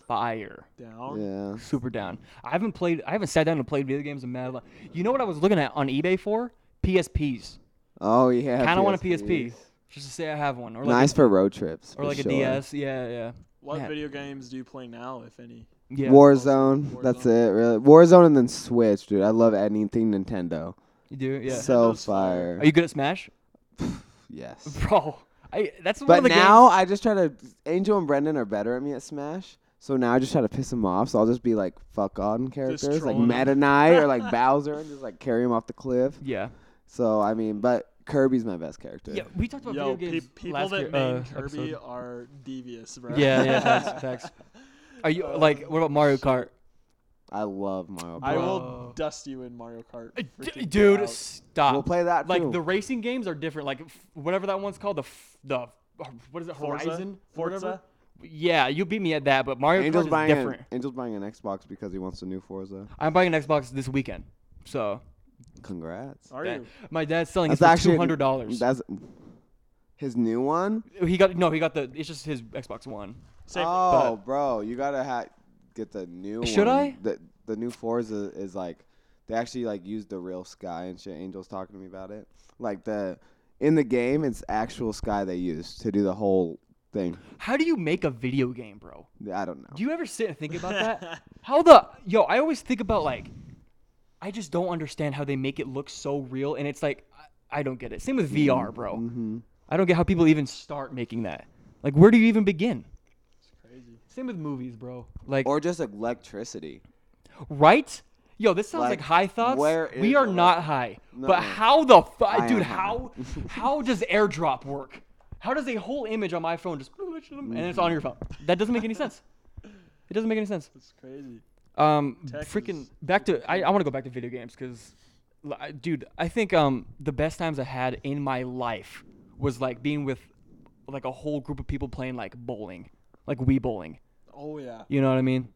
S2: Fire.
S1: Down.
S3: Yeah.
S2: Super down. I haven't played. I haven't sat down and played video games in mad. Li- you know what I was looking at on eBay for? PSPs.
S3: Oh yeah.
S2: Kind of want a PSP,
S3: PSPs.
S2: just to say I have one, or like
S3: nice
S2: a,
S3: for road trips.
S2: or
S3: for
S2: like a
S3: sure.
S2: DS. Yeah, yeah,
S1: What
S2: Man.
S1: video games do you play now, if any?
S2: yeah.
S3: Warzone. That's it. Really. Warzone and then Switch, dude. I love anything Nintendo.
S2: You do, yeah.
S3: So
S1: Nintendo's fire.
S3: fire.
S2: Are you good at Smash,
S3: yes.
S2: bro? I that's one
S3: But
S2: of the
S3: now
S2: games.
S3: I just try to. Angel and Brendan are better at me at Smash. So now I just try to piss them off. So I'll just be like fuck on characters, like
S1: trolling 'em.
S3: Meta Knight or like Bowser, and just like carry him off the cliff.
S2: Yeah,
S3: So I mean, but Kirby's my best character.
S2: yeah. We talked about
S1: Yo,
S2: video
S1: pe-
S2: games
S1: people
S2: last
S1: that
S2: year,
S1: main
S2: uh,
S1: Kirby
S2: episode.
S1: are Uh, devious, bro.
S2: Yeah, yeah. Facts, facts. Are you like what about Mario Kart?
S3: I love Mario.
S1: I
S3: Bros.
S1: will
S2: Bro.
S1: dust you in Mario Kart.
S2: Uh, D-
S1: Freaking
S2: dude,
S1: out.
S2: stop.
S3: We'll play that
S2: Like
S3: too.
S2: the racing games are different. Like f- whatever that one's called, the f- the uh, what is it?
S1: Forza?
S2: Horizon. or
S1: Forza?
S2: whatever? Yeah, you beat me at that, but Mario
S3: Angel's
S2: Kart
S3: buying
S2: is different.
S3: an, Angel's buying an Xbox because he wants a new Forza.
S2: I'm buying an Xbox this weekend, so
S3: Congrats.
S1: Are
S2: that-
S1: you?
S2: my dad's selling
S3: That's
S2: it for
S3: actually
S2: two hundred dollars.
S3: That's his new one.
S2: He got no, he got the. It's just his Xbox One.
S1: Same,
S3: oh, bro, you gotta ha- get the new.
S2: Should
S3: one.
S2: I?
S3: The the new Forza is like they actually like use the real sky and shit. Angel's talking to me about it. Like the in the game, it's actual sky they use to do the whole thing.
S2: How do you make a video game, bro?
S3: I don't know.
S2: Do you ever sit and think about that? how the yo? I always think about like, I just don't understand how they make it look so real, and it's like I, I don't get it. Same
S3: Mm-hmm.
S2: with VR, bro. I don't get how people even start making that. Like, where do you even begin?
S1: crazy.
S2: Same with movies, bro. Like,
S3: or just electricity.
S2: right? Yo, this sounds like,
S3: Like,
S2: high thoughts.
S3: where is
S2: we are
S3: the-
S2: not high,
S3: No.
S2: but how the
S3: I
S2: fuck, dude?
S3: am
S2: How how does AirDrop work? How does a whole image on my phone just and it's on your phone? That doesn't make any sense. It doesn't make any sense.
S1: That's crazy.
S2: Um,
S1: Tech
S2: freaking
S1: is-
S2: back to I, I want to go back to video games because, dude, I think um the best times I had in my life was like being with like a whole group of people playing like bowling, like Wii bowling.
S1: Oh yeah.
S2: You know what I mean?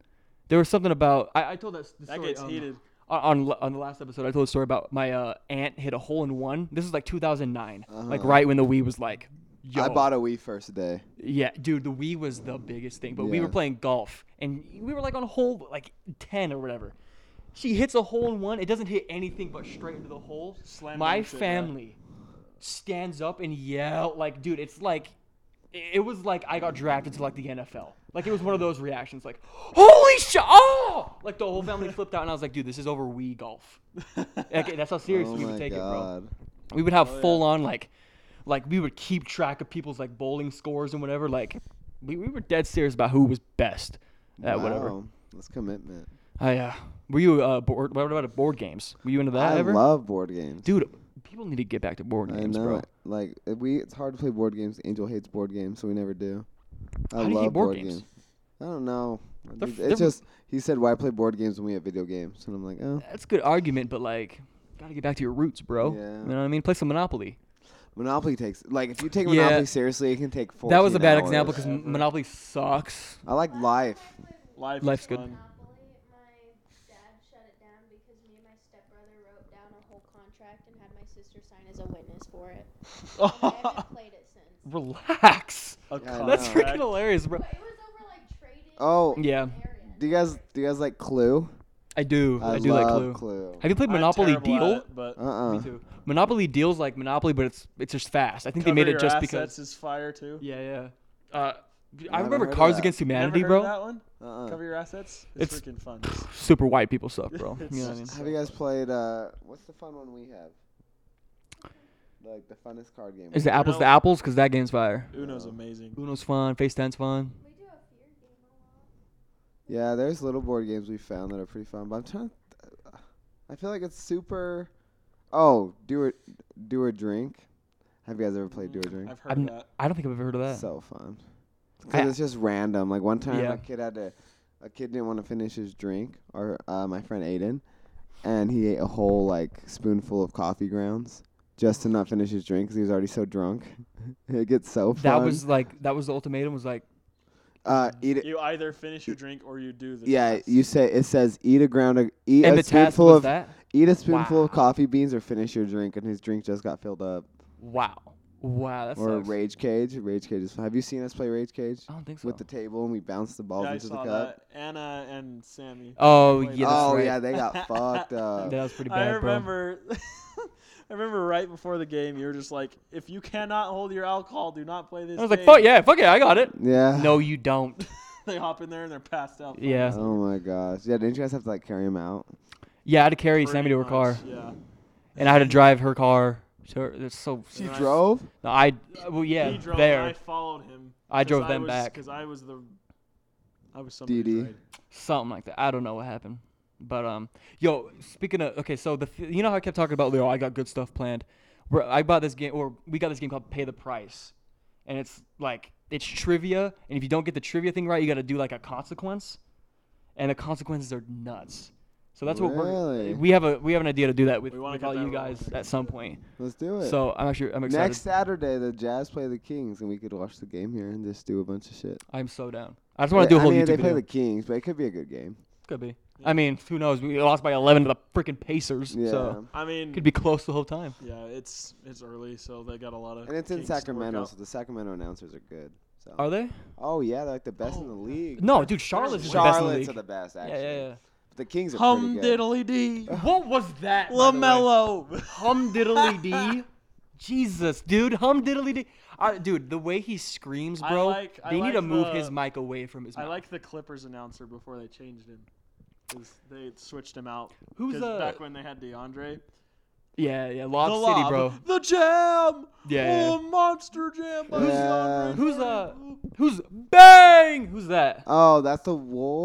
S2: There was something about I, I told that s- the
S1: That
S2: story,
S1: gets
S2: um,
S1: heated.
S2: on- on l- on the last episode. I told a story about my uh, aunt hit a hole in one. This is like 2009, like right when the Wii was like. Yo.
S3: Uh-huh. I bought a Wii first day.
S2: Yeah, dude, the Wii was the biggest thing. But we were
S3: Yeah.
S2: playing golf, and we were like on hole like ten or whatever. She hits a hole in one. It doesn't hit anything but straight into the hole.
S1: Slam dunks
S2: My
S1: it, yeah.
S2: family stands up and yell like, dude, it's like, it was like I got drafted to like the NFL. Like it was one of those reactions, like, holy shit! Oh, like the whole family flipped out, and I was like, dude, this is over Wii golf. Like, that's how serious
S3: Oh
S2: we would
S3: my
S2: take it, bro.
S3: god.
S2: We would have full on like, like we would keep track of people's like bowling scores and whatever. Like, we, we were dead serious about who was best at whatever.
S3: Wow, That's commitment.
S2: I uh, were you uh board? What about board games? Were you into that
S3: I
S2: ever?
S3: love board games.
S2: Dude, people need to get back to board
S3: I
S2: games,
S3: know.
S2: bro.
S3: it. Like it- we, it's hard to play board games. Angel hates board games, so we never do. I
S2: How do
S3: love
S2: you hate board games?
S3: I don't know.
S2: They're
S3: It's
S2: f- they're-
S3: just he said, "Why play board games when we have video games?" And I'm like, "Oh,
S2: That's a good argument, but like, gotta get back to your roots, bro.
S3: Yeah.
S2: You know what I mean? Play some Monopoly.
S3: Monopoly takes like if you take
S2: Yeah.
S3: Monopoly seriously, it can take four.
S2: That was a bad example
S1: hours.
S2: because Monopoly sucks.
S3: I like life.
S1: Life
S2: Life's
S1: is
S2: good.
S1: fun.
S4: Monopoly, my dad shut it down because me and my stepbrother wrote down a whole contract and had my sister sign as a witness for it. And I haven't played it since.
S2: Relax.
S1: A
S3: Yeah, I know.
S2: Oh. That's
S1: contract.
S2: freaking hilarious, bro.
S4: But it was over like trading.
S3: Oh,
S2: Yeah,
S4: areas.
S3: do you guys do you guys like Clue?
S2: I do. I, do like
S3: love
S2: Clue. Have you played
S1: I'm
S2: Monopoly
S1: terrible at
S2: Deal?
S1: it, but
S3: Uh uh
S2: Me too. Monopoly Deal's like Monopoly, but it's it's just fast. I think
S1: Cover
S2: they made
S1: Your
S2: it just
S1: assets
S2: because.
S1: is fire too.
S2: Yeah, yeah. Uh, I
S3: haven't
S2: remember
S3: heard of
S2: Cards
S3: that.
S2: Against
S1: You
S2: Humanity,
S1: Never heard of
S2: bro.
S1: that one?
S3: Uh uh.
S1: Cover your assets. It's,
S2: It's-
S1: freaking fun.
S2: Super white people stuff, bro.
S1: It's
S2: you know what I mean?
S1: just-
S3: Have you guys played uh what's the fun one we have? Like the funnest card game.
S2: Is it apples to apples? Cause that game's fire.
S1: Uno's amazing.
S2: Uno's fun. Face Ten's fun.
S4: We do a fear game a lot.
S3: Yeah, there's little board games we found that are pretty fun, but I'm trying. uh, I feel like it's super. Oh, do or do or drink. Have you guys ever played do or drink?
S1: I've heard
S2: I've
S1: of
S2: n-
S1: that.
S2: I don't think I've ever heard of that.
S3: So fun.
S2: I-
S3: Because it's just random. Like one time,
S2: Yeah.
S3: a kid had to. A kid didn't want to finish his drink, or uh, my friend Aiden, and he ate a whole like spoonful of coffee grounds just to not finish his drink because he was already so drunk. it gets so fun.
S2: that was like that was the ultimatum. Was like
S3: uh, eat it.
S1: You either finish your drink or you do the
S3: Yeah,
S1: task.
S3: you say it says eat a ground of eat
S2: and
S3: a
S2: the task
S3: spoonful
S2: was
S3: of
S2: that.
S3: Eat a spoonful of
S2: Wow.
S3: coffee beans or finish your drink, and his drink just got filled up.
S2: Wow. Wow. That's.
S3: or Rage Cage. Rage Cage is fun. Have you seen us play Rage Cage?
S2: I don't think so.
S3: With the table, and we bounced the balls
S1: Yeah, I
S3: into the
S1: saw
S3: cup.
S1: that. Anna and Sammy.
S2: oh
S1: Wait,
S2: yeah.
S1: that's
S3: oh,
S2: right.
S3: yeah, they got fucked up.
S2: That was pretty bad,
S1: I
S2: bro.
S1: remember. I remember right before the game, you were just like, "If you cannot hold your alcohol, do not play this."
S2: I was like,
S1: game.
S2: fuck yeah, fuck yeah, I got it.
S3: Yeah.
S2: No, you don't.
S1: They hop in there and they're passed out.
S2: Yeah.
S3: Oh, my gosh. Yeah, didn't you guys have to, like, carry him out?
S2: Yeah, I had to carry
S1: Pretty
S2: Sammy to her
S1: much,
S2: car,
S1: Yeah.
S2: and I had to drive her car. To her. It's so.
S3: She
S1: And I-
S3: drove?
S2: No, I. Uh, Well, yeah,
S1: he drove
S2: there.
S1: And I followed him.
S2: I drove them
S1: was,
S2: back.
S1: because I was the. I was
S3: DD.
S1: somebody's ride.
S2: something like that. I don't know what happened, but um, yo, speaking of okay, so the f- you know how I kept talking about Leo, I got good stuff planned. We're, I bought this game, or we got this game called Pay the Price, and it's like it's trivia, and if you don't get the trivia thing right, you got to do like a consequence, and the consequences are nuts. So that's what
S3: Really?
S2: we're we have a we have an idea to do that with,
S1: We wanna
S2: with
S1: get
S2: all
S1: that
S2: you
S1: rolling.
S2: guys at some point.
S3: Let's do it.
S2: So I'm actually I'm excited.
S3: Next Saturday, the Jazz play the Kings, and we could watch the game here and just do a bunch of shit.
S2: I'm so down. I just want to do a whole
S3: I mean,
S2: YouTube
S3: they
S2: video.
S3: play the Kings, but it could be a good game.
S2: Could be. I mean, who knows? We lost by 11 to the freaking Pacers,
S3: Yeah.
S2: so
S1: I mean,
S2: could be close the whole time.
S1: yeah, it's it's early, so they got a lot of.
S3: and it's in
S1: kinks to work
S3: Sacramento,
S1: out.
S3: so the Sacramento announcers are good. So.
S2: Are they?
S3: oh, yeah, they're, like, the best in the league.
S2: No, dude, Charlotte's,
S3: Charlotte's
S2: the
S3: are
S2: best in the
S3: the best,
S2: league.
S3: actually.
S2: yeah, yeah,
S3: The Kings are
S1: Hum
S3: pretty good.
S1: diddly dee.
S2: yeah. What was that? by the way?
S1: Lamelo.
S2: Hum diddly dee. Jesus, dude, hum diddly dee. Uh, dude, the way he screams,
S1: I
S2: bro.
S1: like- I
S2: they need to
S1: like
S2: move
S1: the-
S2: his mic away from his
S1: I
S2: mouth.
S1: like the Clippers announcer before they changed him. 'Cause they switched him out.
S2: Who's
S1: 'Cause
S2: uh?
S1: back when they had DeAndre?
S2: yeah, yeah, Lob
S1: the
S2: City,
S1: lob,
S2: bro.
S1: The jam.
S2: Yeah,
S1: Oh, monster jam. By
S3: Who's,
S1: DeAndre
S3: uh,
S2: Who's uh?
S1: Jordan.
S2: Who's bang? Who's that?
S3: Oh, that's the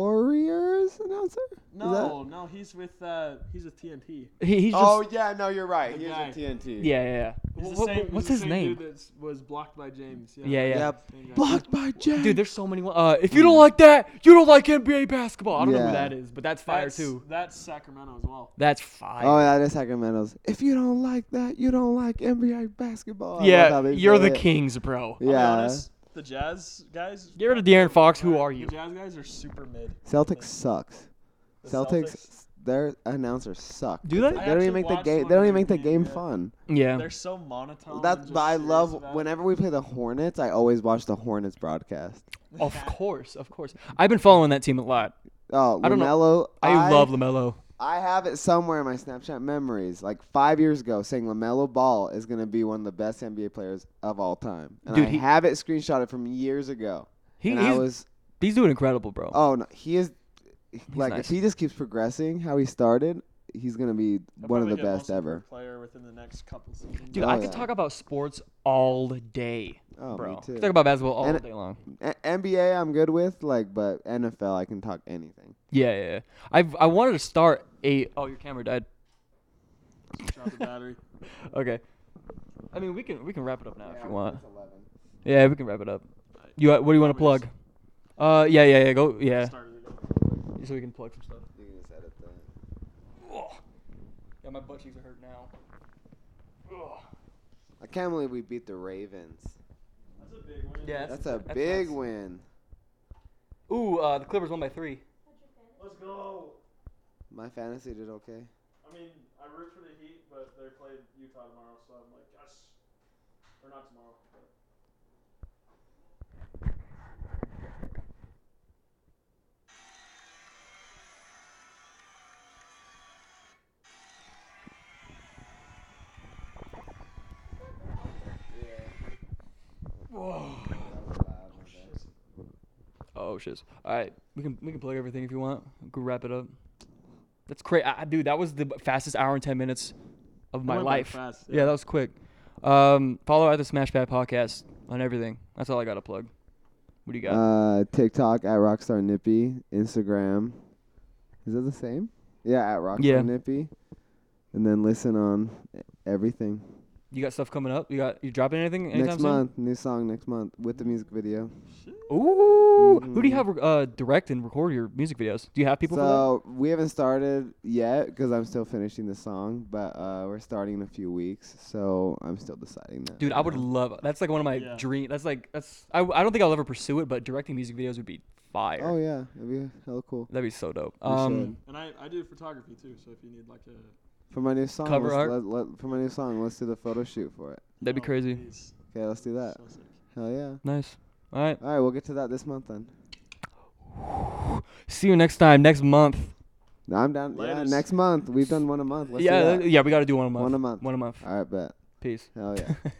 S3: Warriors announcer? Is
S1: No, no, he's with uh, he's with TNT.
S2: He, he's
S3: that-
S2: just.
S3: oh, yeah, no, you're right.
S1: The
S3: He was
S1: guy.
S3: in TNT.
S2: yeah, yeah. yeah.
S1: He's the
S2: Wha- wha-
S1: same- he's
S2: what's
S1: the
S2: his
S1: same
S2: name?
S1: Dude that was blocked by James. Yeah,
S2: Yeah, yeah.
S3: Yep.
S1: Same guy.
S3: Blocked by Jack.
S2: Dude, there's so many. one- Uh, if you don't like that, you don't like NBA basketball. I don't know who
S3: Yeah.
S2: that is, but that's fire
S1: That's-
S2: too.
S1: That's Sacramento as well.
S2: That's fire.
S3: Oh, yeah, that's Sacramento's. If you don't like that, you don't like NBA basketball. I love how
S2: yeah,
S3: they
S2: you're
S3: say
S2: the
S3: it.
S2: Kings, bro.
S1: I'll be
S3: Yeah.
S1: honest, the Jazz guys.
S2: Get rid of De'Aaron Fox. Who
S1: Alright,
S2: are you?
S1: The Jazz guys are super mid.
S3: Celtics sucks.
S1: The
S3: Celtics, their announcers suck.
S2: Do they?
S3: They
S1: I
S3: don't
S1: actually
S3: even make the
S1: watched
S3: game.
S1: one
S3: They don't
S1: of
S3: even
S1: their
S3: make the game
S1: games, yeah.
S3: fun.
S2: Yeah.
S1: They're so monotone. and
S3: That's
S1: just
S3: but I
S1: serious
S3: love
S1: about it.
S3: whenever we play the Hornets. I always watch the Hornets broadcast.
S2: Of course, of course. I've been following that team a lot.
S3: Oh,
S2: I don't know.
S3: Lamelo.
S2: I, love Lamelo.
S3: I have it somewhere in my Snapchat memories, like five years ago, saying Lamelo Ball is going to be one of the best NBA players of all time, and
S2: Dude,
S3: I
S2: he-
S3: have it screenshotted from years ago.
S2: He,
S3: and
S2: he's,
S3: I was,
S2: he's doing incredible, bro.
S3: oh no, he is like
S2: nice.
S3: if he just keeps progressing how he started, he's going to be
S1: They'll
S3: one of
S1: probably
S3: the
S1: get most
S3: best ever.
S1: improved Player within the next couple seasons.
S2: Dude,
S3: oh,
S2: I could
S3: yeah.
S2: talk about sports all day,
S3: Oh,
S2: bro.
S3: me
S2: I
S3: too.
S2: could talk about basketball all
S3: And-
S2: day long.
S3: A- NBA, I'm good with, like, but NFL, I can talk anything.
S2: Yeah, yeah. yeah. I've I wanted to start a. Oh, your camera died.
S1: Drop the battery.
S2: Okay. I mean, we can we can wrap it up now if you want. Yeah, we can wrap it up. You uh, what do you want to
S1: Want
S2: plug? Uh, yeah, yeah, yeah. Go, yeah.
S1: Started it.
S2: So we can plug some stuff.
S3: You can just edit that.
S2: Yeah, my butt cheeks are hurt now.
S3: I can't believe we beat the Ravens.
S1: That's a big win.
S2: Yeah.
S3: That's
S2: That's-
S3: a
S2: that's
S3: big
S2: nice.
S3: win.
S2: Ooh, uh, the Clippers won by three.
S1: Let's go.
S3: My fantasy did okay.
S1: I mean, I root for the Heat, but they play Utah tomorrow, so I'm like, yes. Or not tomorrow. But Whoa.
S2: Oh shiz. All right, we can we can plug everything if you want. We can wrap it up. That's crazy, I, I- dude. That was the b- fastest hour and ten minutes of my
S1: went by
S2: life.
S1: fast,
S2: yeah.
S1: yeah.
S2: that was quick. Um, follow at the Smash Pad podcast on everything. That's all I got to plug. What do you got?
S3: Uh, TikTok at Rockstar Nippy. Instagram. Is that the same? Yeah, at Rockstar
S2: Yeah.
S3: Nippy. And then listen on e- everything.
S2: you got stuff coming up? You got you dropping anything anytime
S3: next
S2: soon?
S3: month, new song next month with the music video.
S2: Ooh, who do you
S3: Mhm.
S2: have re- uh, direct and record your music videos? Do you have people for
S3: so we haven't started yet because I'm still finishing the song, but uh, we're starting in a few weeks, so I'm still deciding that.
S2: that? Dude,
S3: right
S2: I would
S3: now.
S2: love. That's like one of my
S1: Yeah.
S2: dream. That's like that's. I, I don't think I'll ever pursue it, but directing music videos would be fire.
S3: Oh yeah, that'd be hella cool.
S2: That'd be so dope.
S3: We
S2: Um,
S3: should.
S1: And I, I do photography too, so if you need like a
S3: For my new song,
S2: Cover
S3: let's,
S2: art?
S3: Let, let, for my new song, let's do the photo shoot for it.
S2: that'd be
S1: Oh,
S2: crazy.
S1: please.
S3: Okay, let's do that.
S1: So sick.
S3: Hell yeah.
S2: Nice. All right.
S3: All right, we'll get to that this month then.
S2: See you next time, next month.
S3: No, I'm down. Yeah,
S1: Laters.
S3: next month. We've done one a month. Let's do
S2: yeah,
S3: that.
S2: yeah, we got to do one a month.
S3: One a month.
S2: One a month.
S3: All right, bet.
S2: Peace.
S3: Hell yeah.